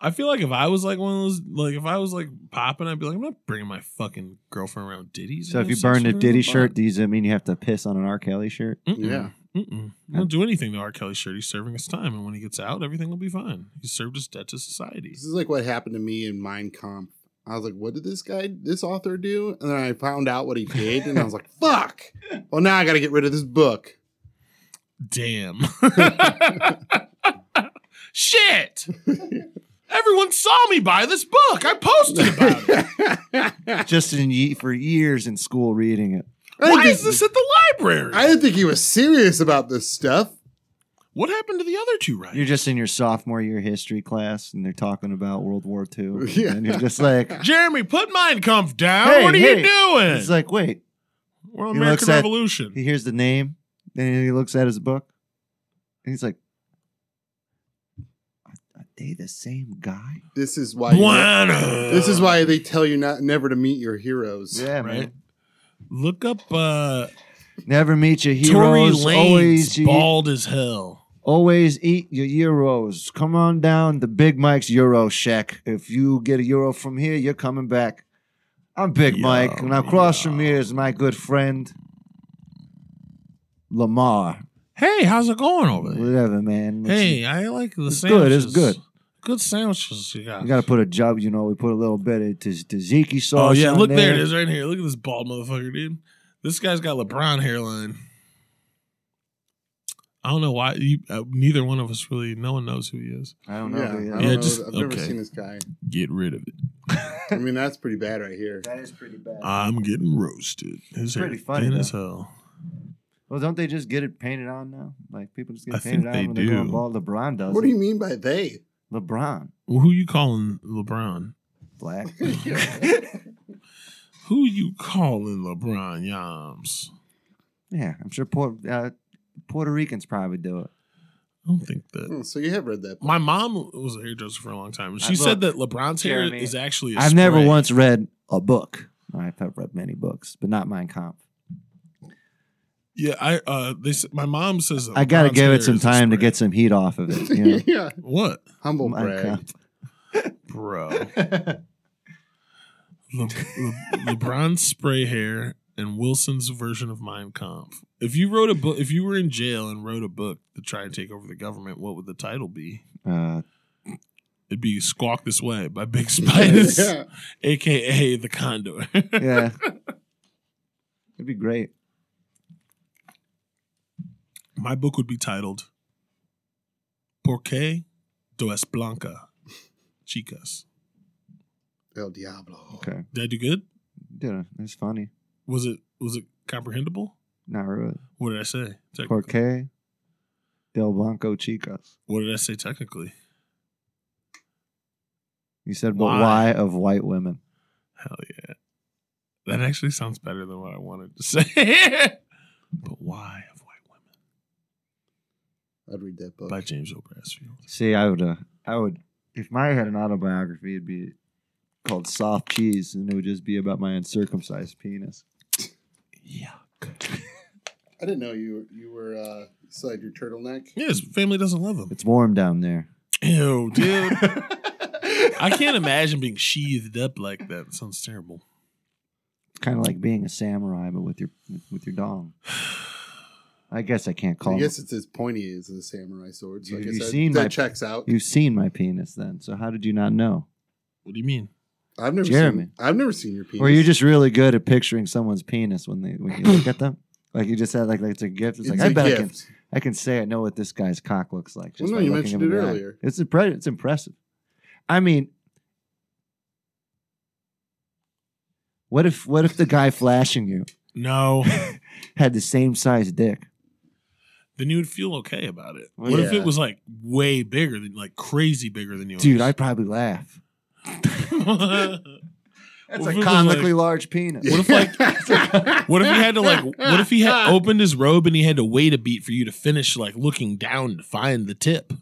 [SPEAKER 2] I feel like if I was like one of those, like if I was like popping, I'd be like, I'm not bringing my fucking girlfriend around Diddy's.
[SPEAKER 3] So
[SPEAKER 2] and
[SPEAKER 3] if you
[SPEAKER 2] have sex
[SPEAKER 3] burn a
[SPEAKER 2] with her in
[SPEAKER 3] Diddy
[SPEAKER 2] the
[SPEAKER 3] shirt,
[SPEAKER 2] bar."
[SPEAKER 3] does that mean you have to piss on an R Kelly shirt?
[SPEAKER 2] Mm-mm.
[SPEAKER 4] Yeah.
[SPEAKER 2] Mm-mm. He won't do anything to R. Kelly shirt. He's serving his time, and when he gets out, everything will be fine. He served his debt to society.
[SPEAKER 4] This is like what happened to me in Mein Kampf. I was like, what did this guy, this author do? And then I found out what he did, and I was like, fuck. Well, now I got to get rid of this book.
[SPEAKER 2] Damn. Shit. Everyone saw me buy this book. I posted about it.
[SPEAKER 4] I,
[SPEAKER 3] Just in ye- for years in school reading it.
[SPEAKER 2] Why
[SPEAKER 4] didn't
[SPEAKER 2] is
[SPEAKER 4] think,
[SPEAKER 2] this at the library?
[SPEAKER 4] I didn't think he was serious about this stuff.
[SPEAKER 2] what happened to the other two writers?
[SPEAKER 3] You're just in your sophomore year history class, and they're talking about World War II,
[SPEAKER 4] Yeah.
[SPEAKER 3] and you're just like,
[SPEAKER 2] Jeremy, put Mein Kampf down.
[SPEAKER 3] Hey,
[SPEAKER 2] what are
[SPEAKER 3] hey.
[SPEAKER 2] you doing?
[SPEAKER 3] it's like, wait,
[SPEAKER 2] We're on
[SPEAKER 3] he
[SPEAKER 2] American
[SPEAKER 3] looks at-
[SPEAKER 2] Revolution.
[SPEAKER 3] he hears the name, and he looks at his book, and he's like, are, are they the same guy?
[SPEAKER 4] This is why.
[SPEAKER 2] Bueno.
[SPEAKER 4] This is why they tell you not never to meet your heroes.
[SPEAKER 3] Yeah,
[SPEAKER 2] Right.
[SPEAKER 3] man.
[SPEAKER 2] Look up uh,
[SPEAKER 3] Never meet your
[SPEAKER 2] Tory
[SPEAKER 3] heroes.
[SPEAKER 2] Lanez,
[SPEAKER 3] always, you-
[SPEAKER 2] bald as hell.
[SPEAKER 3] always eat your euros. Come on down to Big Mike's Euro Shack. If you get a euro from here, you're coming back. I'm Big
[SPEAKER 2] Yo,
[SPEAKER 3] Mike, and across from
[SPEAKER 2] yo.
[SPEAKER 3] here is my good friend Lamar.
[SPEAKER 2] Hey, how's it going over there?
[SPEAKER 3] Whatever, man. It's-
[SPEAKER 2] Hey, I like the
[SPEAKER 3] It's good,
[SPEAKER 2] sandwiches.
[SPEAKER 3] it's good.
[SPEAKER 2] Good sandwiches you got.
[SPEAKER 3] you gotta put a job. You know, we put a little bit of tz-
[SPEAKER 2] oh,
[SPEAKER 3] tzatziki sauce.
[SPEAKER 2] yeah,
[SPEAKER 3] on
[SPEAKER 2] look there. it is right here. Look at this bald motherfucker, dude. This guy's got LeBron hairline. I don't know why. You, uh, neither one of us really. No one knows who he is.
[SPEAKER 3] I don't know. dude. I
[SPEAKER 4] Yeah, I don't
[SPEAKER 3] don't-
[SPEAKER 2] Yeah,
[SPEAKER 4] know.
[SPEAKER 2] just-
[SPEAKER 4] I've never
[SPEAKER 2] okay.
[SPEAKER 4] seen this guy.
[SPEAKER 2] Get rid of it.
[SPEAKER 4] I mean, that's pretty bad right here.
[SPEAKER 3] That is pretty bad.
[SPEAKER 2] I'm getting roasted. His hair
[SPEAKER 3] Pretty funny,
[SPEAKER 2] thin
[SPEAKER 3] though.
[SPEAKER 2] as hell.
[SPEAKER 3] well, don't they just get it painted on now? Like people just get
[SPEAKER 2] I
[SPEAKER 3] it painted
[SPEAKER 2] think
[SPEAKER 3] on
[SPEAKER 2] they
[SPEAKER 3] when they're going
[SPEAKER 2] do.
[SPEAKER 3] bald. LeBron does.
[SPEAKER 4] What do
[SPEAKER 3] it.
[SPEAKER 4] you mean by they?
[SPEAKER 3] LeBron
[SPEAKER 2] Well, who you calling LeBron?
[SPEAKER 3] black.
[SPEAKER 2] Who you calling LeBron Yams?
[SPEAKER 3] Yeah, I'm sure Port, uh, Puerto Ricans probably do it.
[SPEAKER 2] I don't think that.
[SPEAKER 4] Hmm, so you have read that. book.
[SPEAKER 2] My mom was a hairdresser for a long time, and she
[SPEAKER 3] I
[SPEAKER 2] said
[SPEAKER 3] look,
[SPEAKER 2] that LeBron's hair
[SPEAKER 3] Jeremy,
[SPEAKER 2] is actually. i
[SPEAKER 3] I've never once read a book. I've have read many books, but not Mein Kampf.
[SPEAKER 2] Yeah, I. Uh, they. s- My mom says. that
[SPEAKER 3] I gotta
[SPEAKER 2] LeBron's
[SPEAKER 3] give
[SPEAKER 2] hair
[SPEAKER 3] it some
[SPEAKER 2] is a
[SPEAKER 3] time to
[SPEAKER 2] spray.
[SPEAKER 3] get some heat off of it. You know?
[SPEAKER 4] yeah,
[SPEAKER 2] what,
[SPEAKER 4] humble
[SPEAKER 3] Mein
[SPEAKER 4] brag.
[SPEAKER 3] Kampf.
[SPEAKER 2] bro? Le- Le- LeBron's spray hair and Wilson's version of Mein Kampf. If you wrote a book, if you were in jail and wrote a book to try and take over the government, what would the title be?
[SPEAKER 3] Uh,
[SPEAKER 2] It'd be "Squawk This Way" by Big Spiders,
[SPEAKER 4] yeah.
[SPEAKER 2] aka the Condor.
[SPEAKER 3] Uh, yeah, it'd be great.
[SPEAKER 2] My book would be titled "Por qué Does Blanca Chicas."
[SPEAKER 4] El Diablo.
[SPEAKER 3] Okay,
[SPEAKER 2] Did I do good?
[SPEAKER 3] yeah, that's funny.
[SPEAKER 2] Was it was it comprehensible?
[SPEAKER 3] Not really.
[SPEAKER 2] What did I say? Technically?
[SPEAKER 3] Por qué del blanco chicas?
[SPEAKER 2] What did I say technically?
[SPEAKER 3] You said, but
[SPEAKER 2] Why?
[SPEAKER 3] why of white women?
[SPEAKER 2] Hell yeah. That actually sounds better than what I wanted to say. but why of white women
[SPEAKER 4] I'd read that book.
[SPEAKER 2] by James O. Brassfield.
[SPEAKER 3] See, I would, uh, I would, if mine had an autobiography, it'd be called Soft Cheese, and it would just be about my uncircumcised penis.
[SPEAKER 2] Yuck.
[SPEAKER 4] I didn't know you you were uh, inside your turtleneck.
[SPEAKER 2] Yeah, his family doesn't love him.
[SPEAKER 3] It's warm down there.
[SPEAKER 2] Ew, dude. I can't imagine being sheathed up like that. It sounds terrible.
[SPEAKER 3] kind of like being a samurai, but with your with your dong. I guess I can't call.
[SPEAKER 4] I
[SPEAKER 3] it-
[SPEAKER 4] guess it's as pointy as a samurai sword. So I
[SPEAKER 3] You-
[SPEAKER 4] guess
[SPEAKER 3] you've
[SPEAKER 4] that,
[SPEAKER 3] seen
[SPEAKER 4] that
[SPEAKER 3] my-
[SPEAKER 4] checks out.
[SPEAKER 3] You've seen my penis then, so how did you not know?
[SPEAKER 2] What do you mean?
[SPEAKER 4] I've never
[SPEAKER 3] Jeremy.
[SPEAKER 4] seen. I've never seen your penis.
[SPEAKER 3] Or you're just really good at picturing someone's penis when they when you look at them. Like you just said, like, like it's a gift. It's, like
[SPEAKER 4] a
[SPEAKER 3] I bet I can
[SPEAKER 4] gift.
[SPEAKER 3] I can say I know what this guy's cock looks like. Just
[SPEAKER 4] Well, no,
[SPEAKER 3] by
[SPEAKER 4] you
[SPEAKER 3] looking
[SPEAKER 4] mentioned
[SPEAKER 3] him in
[SPEAKER 4] it
[SPEAKER 3] the eye.
[SPEAKER 4] earlier.
[SPEAKER 3] It's impre- It's impressive. I mean, what if what if the guy flashing you
[SPEAKER 2] No.
[SPEAKER 3] had the same size dick?
[SPEAKER 2] then you would feel okay about it.
[SPEAKER 3] Well,
[SPEAKER 2] What if
[SPEAKER 4] yeah.
[SPEAKER 2] it was like way bigger than like crazy bigger than yours?
[SPEAKER 3] Dude, I'd probably laugh. That's
[SPEAKER 2] Well, if it
[SPEAKER 3] a
[SPEAKER 2] was
[SPEAKER 3] comically large penis.
[SPEAKER 2] What if,
[SPEAKER 4] like?
[SPEAKER 2] what if he had to like what if he had oh, opened his robe and he had to wait a beat for you to finish like looking down to find the tip?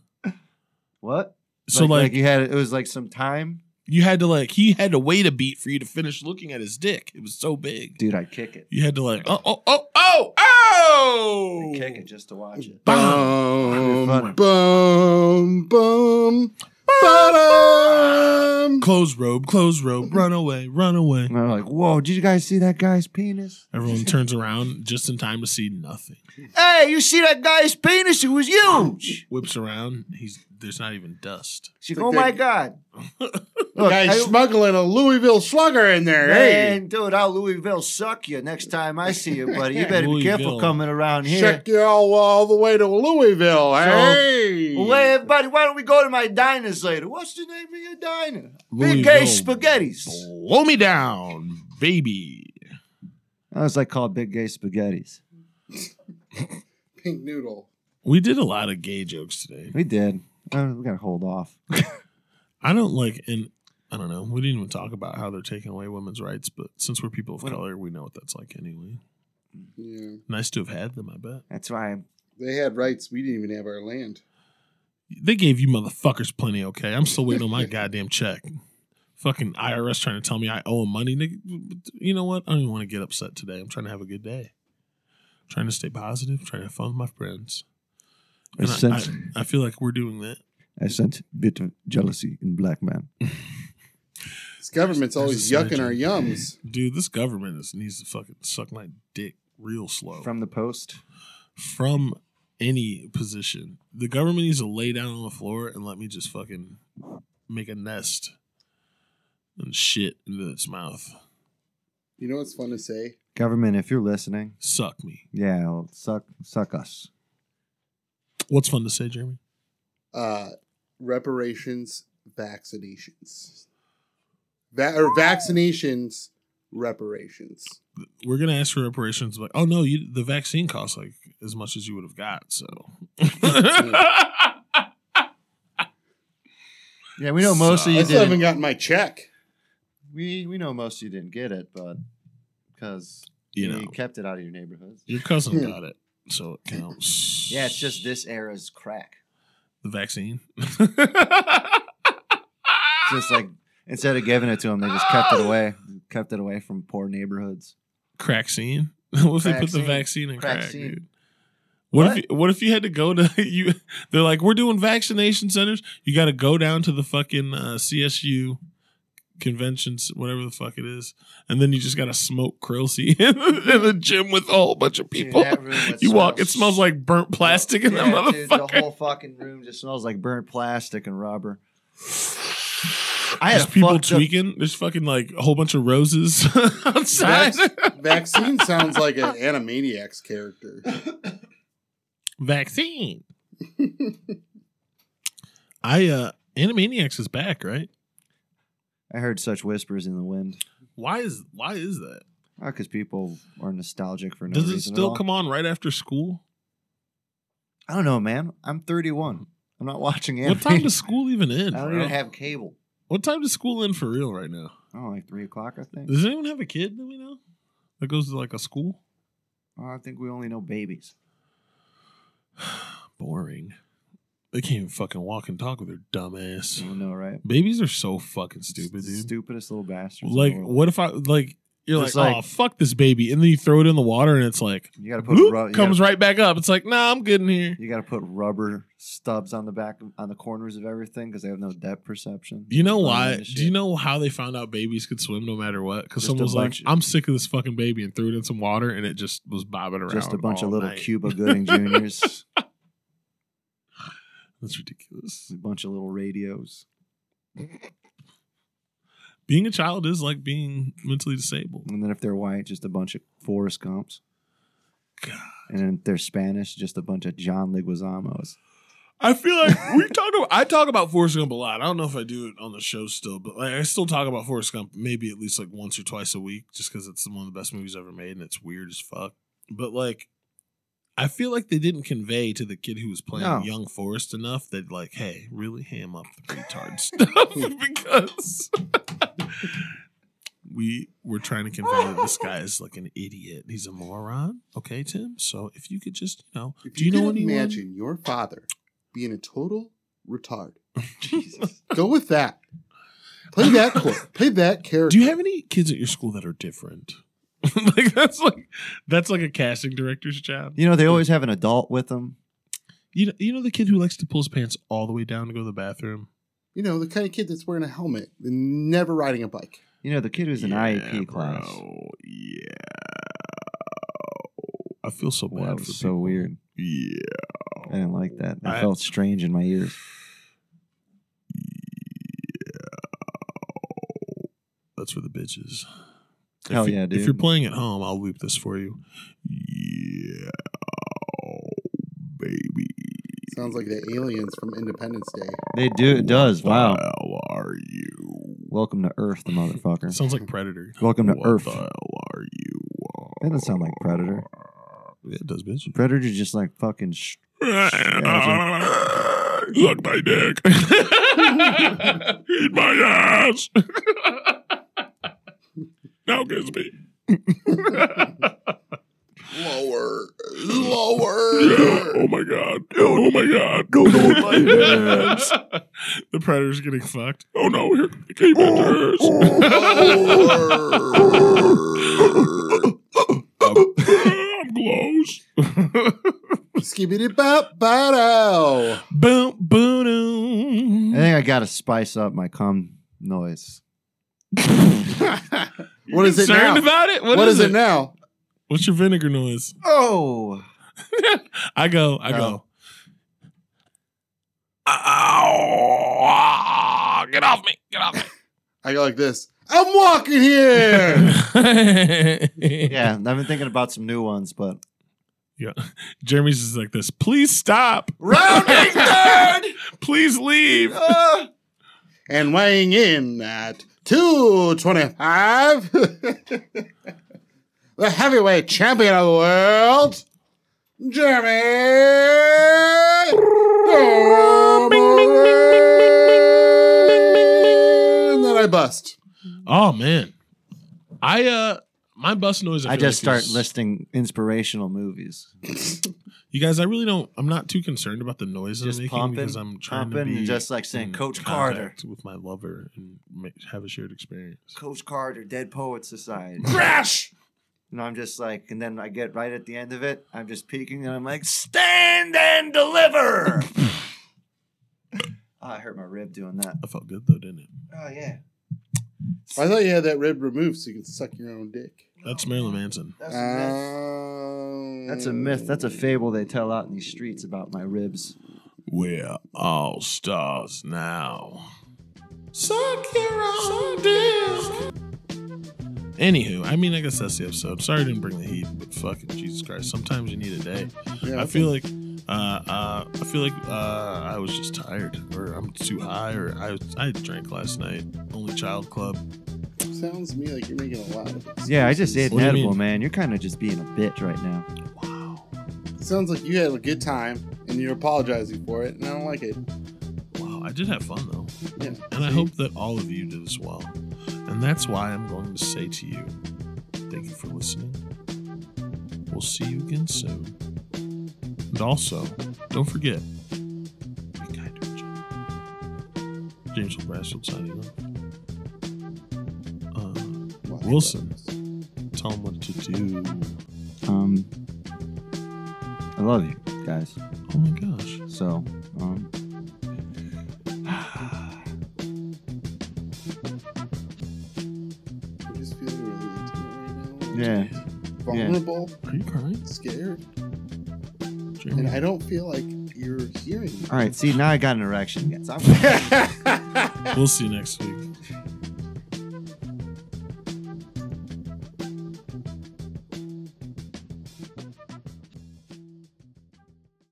[SPEAKER 3] What?
[SPEAKER 2] So like,
[SPEAKER 3] you had it was like some time,
[SPEAKER 2] you had to like he had to wait a beat for you to finish looking at his dick. It was so big.
[SPEAKER 3] dude. I'd kick it.
[SPEAKER 2] You had to like oh oh oh oh oh
[SPEAKER 3] I'd kick it just to watch it.
[SPEAKER 2] Bam.
[SPEAKER 4] Bum,
[SPEAKER 3] Funny.
[SPEAKER 4] bum, bum, bottom.
[SPEAKER 2] Close robe, close robe, run away, run away.
[SPEAKER 3] And I'm like, whoa! Did you guys see that guy's penis?
[SPEAKER 2] Everyone turns around just in time to see nothing.
[SPEAKER 3] Hey, you see that guy's penis? It was huge.
[SPEAKER 2] Whips around, he's there's not even dust.
[SPEAKER 3] She's
[SPEAKER 4] like
[SPEAKER 3] like, oh
[SPEAKER 4] that-
[SPEAKER 3] my god.
[SPEAKER 4] The
[SPEAKER 3] Look,
[SPEAKER 4] guy's
[SPEAKER 3] I-
[SPEAKER 4] smuggling a Louisville slugger in there. Hey,
[SPEAKER 3] Man, dude, I'll Louisville suck you next time I see you, buddy. You better be
[SPEAKER 2] Louisville.
[SPEAKER 3] careful coming around here.
[SPEAKER 4] check you all all the way to Louisville. hey,
[SPEAKER 3] Well, hey, everybody, why don't we go to my diners later? What's the name of your diner? Big
[SPEAKER 2] Louisville
[SPEAKER 3] Gay Spaghettis.
[SPEAKER 2] Blow me down, baby.
[SPEAKER 3] I was like called Big Gay Spaghettis.
[SPEAKER 4] pink noodle.
[SPEAKER 2] We did a lot of gay jokes today.
[SPEAKER 3] We did. Uh, we gotta hold off.
[SPEAKER 2] I don't like, and I don't know. We didn't even talk about how they're taking away women's rights, but since we're people of
[SPEAKER 3] What-
[SPEAKER 2] color, we know what that's like anyway.
[SPEAKER 4] Yeah,
[SPEAKER 2] Nice to have had them, I bet.
[SPEAKER 3] That's why I'm
[SPEAKER 4] they had rights. We didn't even have our land.
[SPEAKER 2] They gave you motherfuckers plenty, okay? I'm still waiting on my goddamn check. Fucking IRS trying to tell me I owe 'em money. Nigga, You know what? I don't even want to get upset today. I'm trying to have a good day. trying to stay positive, trying to have fun with my friends.
[SPEAKER 3] I
[SPEAKER 2] And I-
[SPEAKER 3] sense,
[SPEAKER 2] I feel like we're doing that.
[SPEAKER 3] I, sense a bit of jealousy in black man.
[SPEAKER 4] This government's always
[SPEAKER 2] There's a
[SPEAKER 4] yucking our yums.
[SPEAKER 2] Dude, this government is, needs to fucking suck my dick real slow. From,
[SPEAKER 3] From the post.
[SPEAKER 2] any position. The government needs to lay down on the floor and let me just fucking make a nest and shit into its mouth.
[SPEAKER 4] You know what's fun to say?
[SPEAKER 3] Government, if you're listening,
[SPEAKER 2] Suck me.
[SPEAKER 3] yeah, well, suck suck us.
[SPEAKER 2] What's fun to say, Jeremy?
[SPEAKER 4] Uh, reparations, vaccinations, Va- or vaccinations, reparations.
[SPEAKER 2] We're gonna ask for reparations. Like, oh no, you, the vaccine costs like as much as you would have got. So,
[SPEAKER 3] Yeah, we know most of you
[SPEAKER 4] I still
[SPEAKER 3] didn't.
[SPEAKER 4] haven't gotten my check.
[SPEAKER 3] We we know most of you didn't get it, but because
[SPEAKER 2] you know,
[SPEAKER 3] kept it out of your neighborhoods.
[SPEAKER 2] your cousin got it, so it counts.
[SPEAKER 3] Yeah, it's just this era's crack.
[SPEAKER 2] the vaccine.
[SPEAKER 3] It's just like instead of giving it to them, they just kept it away, kept it away from poor neighborhoods.
[SPEAKER 2] crack scene. What if they put the
[SPEAKER 3] Crack scene.
[SPEAKER 2] vaccine in
[SPEAKER 3] Crack
[SPEAKER 2] crack?
[SPEAKER 3] scene.
[SPEAKER 2] dude? What, if
[SPEAKER 3] What?
[SPEAKER 2] you, what if you had to go to you? They're like, we're doing vaccination centers. You got to go down to the fucking uh, CSU conventions, whatever the fuck it is, and then you just got to smoke Krillsy in, the gym with a whole bunch of people. you walk, it smells like burnt plastic in that motherfucker.
[SPEAKER 3] the whole fucking room just smells like burnt plastic and rubber. I had
[SPEAKER 2] There's
[SPEAKER 3] a
[SPEAKER 2] people
[SPEAKER 3] fucked up-
[SPEAKER 2] tweaking. There's fucking like a whole bunch of roses outside.
[SPEAKER 4] Vax- vaccine sounds like an Animaniacs character.
[SPEAKER 2] vaccine. I uh Animaniacs is back, right?
[SPEAKER 3] I heard such whispers in the wind.
[SPEAKER 2] Why is why is that?
[SPEAKER 3] Because people are nostalgic for no
[SPEAKER 2] Does
[SPEAKER 3] reason
[SPEAKER 2] it
[SPEAKER 3] at
[SPEAKER 2] still
[SPEAKER 3] all.
[SPEAKER 2] come on right after school?
[SPEAKER 3] I don't know, man. I'm 31. I'm not watching anime.
[SPEAKER 2] What time does school even
[SPEAKER 3] I
[SPEAKER 2] end?
[SPEAKER 3] don't
[SPEAKER 2] bro?
[SPEAKER 3] even have cable.
[SPEAKER 2] what time does school end for real right now?
[SPEAKER 3] Oh, like three o'clock, I think.
[SPEAKER 2] Does anyone have a kid that we know that goes to like a school?
[SPEAKER 3] Oh, I think we only know babies.
[SPEAKER 2] Boring. They can't even fucking walk and talk with their dumb ass.
[SPEAKER 3] You know, right?
[SPEAKER 2] Babies are so fucking stupid,
[SPEAKER 3] It's the
[SPEAKER 2] dude.
[SPEAKER 3] Stupidest little bastards. in the
[SPEAKER 2] Like,
[SPEAKER 3] world.
[SPEAKER 2] what if I like? You're like,
[SPEAKER 3] It's
[SPEAKER 2] oh
[SPEAKER 3] like-
[SPEAKER 2] fuck this baby, and then you throw it in the water, and it's like,
[SPEAKER 3] You got to put
[SPEAKER 2] whoop,
[SPEAKER 3] ru- you
[SPEAKER 2] comes
[SPEAKER 3] gotta,
[SPEAKER 2] right back up. It's like, nah, I'm good in here.
[SPEAKER 3] You got to put rubber stubs on the back on the corners of everything because they have no depth perception.
[SPEAKER 2] You know
[SPEAKER 3] Um,
[SPEAKER 2] why?
[SPEAKER 3] and
[SPEAKER 2] Do you
[SPEAKER 3] shit.
[SPEAKER 2] know how they found out babies could swim no matter what? Because
[SPEAKER 3] Just
[SPEAKER 2] someone
[SPEAKER 3] a
[SPEAKER 2] was like,
[SPEAKER 3] bunch-
[SPEAKER 2] "I'm sick of this fucking baby," and threw it in some water, and it just was bobbing around.
[SPEAKER 3] Just a bunch
[SPEAKER 2] all
[SPEAKER 3] of little
[SPEAKER 2] night.
[SPEAKER 3] Cuba Gooding Juniors,
[SPEAKER 2] That's ridiculous.
[SPEAKER 3] a bunch of little radios.
[SPEAKER 2] Being a child is like being mentally disabled.
[SPEAKER 3] And then if they're white, just a bunch of Forrest Gumps.
[SPEAKER 2] God.
[SPEAKER 3] And if they're Spanish, just a bunch of John Leguizamo's.
[SPEAKER 2] I feel like we talk. About, I talk about Forrest Gump a lot. I don't know if I do it on the show still, but like, I still talk about Forrest Gump maybe at least like once or twice a week, just because it's one of the best movies ever made, and it's weird as fuck. But like, I feel like they didn't convey to the kid who was playing
[SPEAKER 3] No.
[SPEAKER 2] young Forrest enough that like, hey, really ham up the retard stuff because we were trying to convey that this guy is like an idiot. He's a moron. Okay, Tim. So if you could just, you know,
[SPEAKER 4] If
[SPEAKER 2] do you, know
[SPEAKER 4] could
[SPEAKER 2] anyone?
[SPEAKER 4] Imagine your father being a total retard. Go with that. Play that cor- play that character.
[SPEAKER 2] Do you have any kids at your school that are different? like that's like that's like a casting director's job.
[SPEAKER 3] You know, they always have an adult with them.
[SPEAKER 2] You know, you know the kid who likes to pull his pants all the way down to go to the bathroom.
[SPEAKER 4] you know the kind of kid that's wearing a helmet and never riding a bike?
[SPEAKER 3] You know, the kid who's in IEP class.
[SPEAKER 2] bro. Yeah. I feel so bad
[SPEAKER 3] Wow,
[SPEAKER 2] for
[SPEAKER 3] was so
[SPEAKER 2] people.
[SPEAKER 3] weird.
[SPEAKER 2] Yeah.
[SPEAKER 3] I didn't like that. That
[SPEAKER 2] I-
[SPEAKER 3] felt strange in my ears.
[SPEAKER 2] That's for the bitches. If
[SPEAKER 3] Hell
[SPEAKER 2] you-
[SPEAKER 3] yeah, dude.
[SPEAKER 2] If you're playing at home, I'll loop this for you. Yeah, baby.
[SPEAKER 4] Sounds like the aliens from Independence Day.
[SPEAKER 3] They do. It does. Wow.
[SPEAKER 2] How are you?
[SPEAKER 3] Welcome to Earth, the motherfucker.
[SPEAKER 2] Sounds like Predator.
[SPEAKER 3] Welcome to
[SPEAKER 2] what
[SPEAKER 3] Earth.
[SPEAKER 2] the hell are you?
[SPEAKER 3] That doesn't sound like Predator.
[SPEAKER 2] Uh, Yeah, it does, bitch.
[SPEAKER 3] Predator's just like fucking. Sh-
[SPEAKER 2] Suck my dick. Eat my ass. now kiss me.
[SPEAKER 4] Lower,
[SPEAKER 2] Yeah.
[SPEAKER 4] lower.
[SPEAKER 2] Oh my god. Oh my god. Go hold my hands. The predator's getting fucked. Oh no, here it came into oh, I'm close.
[SPEAKER 4] Skibbity bop bow.
[SPEAKER 2] boom, boom.
[SPEAKER 3] I think I gotta spice up my cum noise.
[SPEAKER 4] What is it
[SPEAKER 2] Concerned
[SPEAKER 4] now?
[SPEAKER 2] about it?
[SPEAKER 4] What is, it now?
[SPEAKER 2] What's your vinegar noise?
[SPEAKER 3] Oh,
[SPEAKER 2] I go. I go.
[SPEAKER 3] No. Oh.
[SPEAKER 2] Ow, get off me! Get off
[SPEAKER 4] I go like this. I'm walking here.
[SPEAKER 2] me!
[SPEAKER 3] yeah. I've been thinking about some new ones, but
[SPEAKER 2] Jeremy's just like this. Please stop.
[SPEAKER 4] Rounding third.
[SPEAKER 2] Please leave.
[SPEAKER 4] and weighing in at 225, the heavyweight champion of the world, Jeremy. And then I bust.
[SPEAKER 2] Oh man, I uh, my bus noise.
[SPEAKER 3] I
[SPEAKER 2] feel
[SPEAKER 3] just
[SPEAKER 2] like
[SPEAKER 3] start
[SPEAKER 2] is-
[SPEAKER 3] listing inspirational movies.
[SPEAKER 2] You guys, I really don't. I'm not too concerned about the noise
[SPEAKER 3] Just
[SPEAKER 2] I'm making
[SPEAKER 3] pumping,
[SPEAKER 2] because I'm trying to
[SPEAKER 3] pumping,
[SPEAKER 2] be
[SPEAKER 3] and just, like, saying,
[SPEAKER 2] in
[SPEAKER 3] "Coach
[SPEAKER 2] contact with my lover and ma- have a shared experience.
[SPEAKER 3] Coach Carter, Dead Poets Society.
[SPEAKER 4] Crash!
[SPEAKER 3] And I'm just like, and then I get right at the end of it, I'm just peeking and I'm like, stand and deliver. oh, I hurt my rib doing that.
[SPEAKER 2] I felt good though, didn't it?
[SPEAKER 3] Oh, yeah.
[SPEAKER 4] I thought you had that rib removed so you could suck your own dick.
[SPEAKER 2] That's Marilyn Manson.
[SPEAKER 3] That's a myth.
[SPEAKER 4] Um,
[SPEAKER 3] Uh, That's a myth. That's a fable they tell out in these streets about my ribs.
[SPEAKER 2] We're all stars now. Suck your own dick. Anywho, I mean, I guess that's the episode. Sorry I didn't bring the heat, but fucking Jesus Christ, sometimes you need a day.
[SPEAKER 4] Yeah,
[SPEAKER 2] I feel like uh, uh, I feel like uh, I was just tired, or I'm too high, or I I drank last night. Only child club.
[SPEAKER 4] sounds to me like you're making a lot of excuses.
[SPEAKER 3] Yeah, I just ate
[SPEAKER 2] What
[SPEAKER 3] an
[SPEAKER 2] do you
[SPEAKER 3] edible,
[SPEAKER 2] mean?
[SPEAKER 3] man. You're kind of just being a bitch right now.
[SPEAKER 2] Wow,
[SPEAKER 4] Sounds like you had a good time and you're apologizing for it, and I don't like it.
[SPEAKER 2] wow, I did have fun though,
[SPEAKER 4] Yeah.
[SPEAKER 2] and I hope that all of you did as well. And that's why I'm going to say to you, thank you for listening. We'll see you again soon. And also, don't forget, be kind to each other. James Brassfield signing off. Uh, Wilson. Tell them what to do.
[SPEAKER 3] Um, I love you guys.
[SPEAKER 2] Oh my gosh.
[SPEAKER 3] So, um,
[SPEAKER 4] I'm just feeling really intimate right now.
[SPEAKER 3] yeah,
[SPEAKER 4] Vulnerable,
[SPEAKER 2] Are you crying,
[SPEAKER 4] scared, and
[SPEAKER 2] Jeremy?
[SPEAKER 4] I don't feel like you're hearing me.
[SPEAKER 3] all right. See, now I got an erection. Yes, I'm-
[SPEAKER 2] We'll see you next week.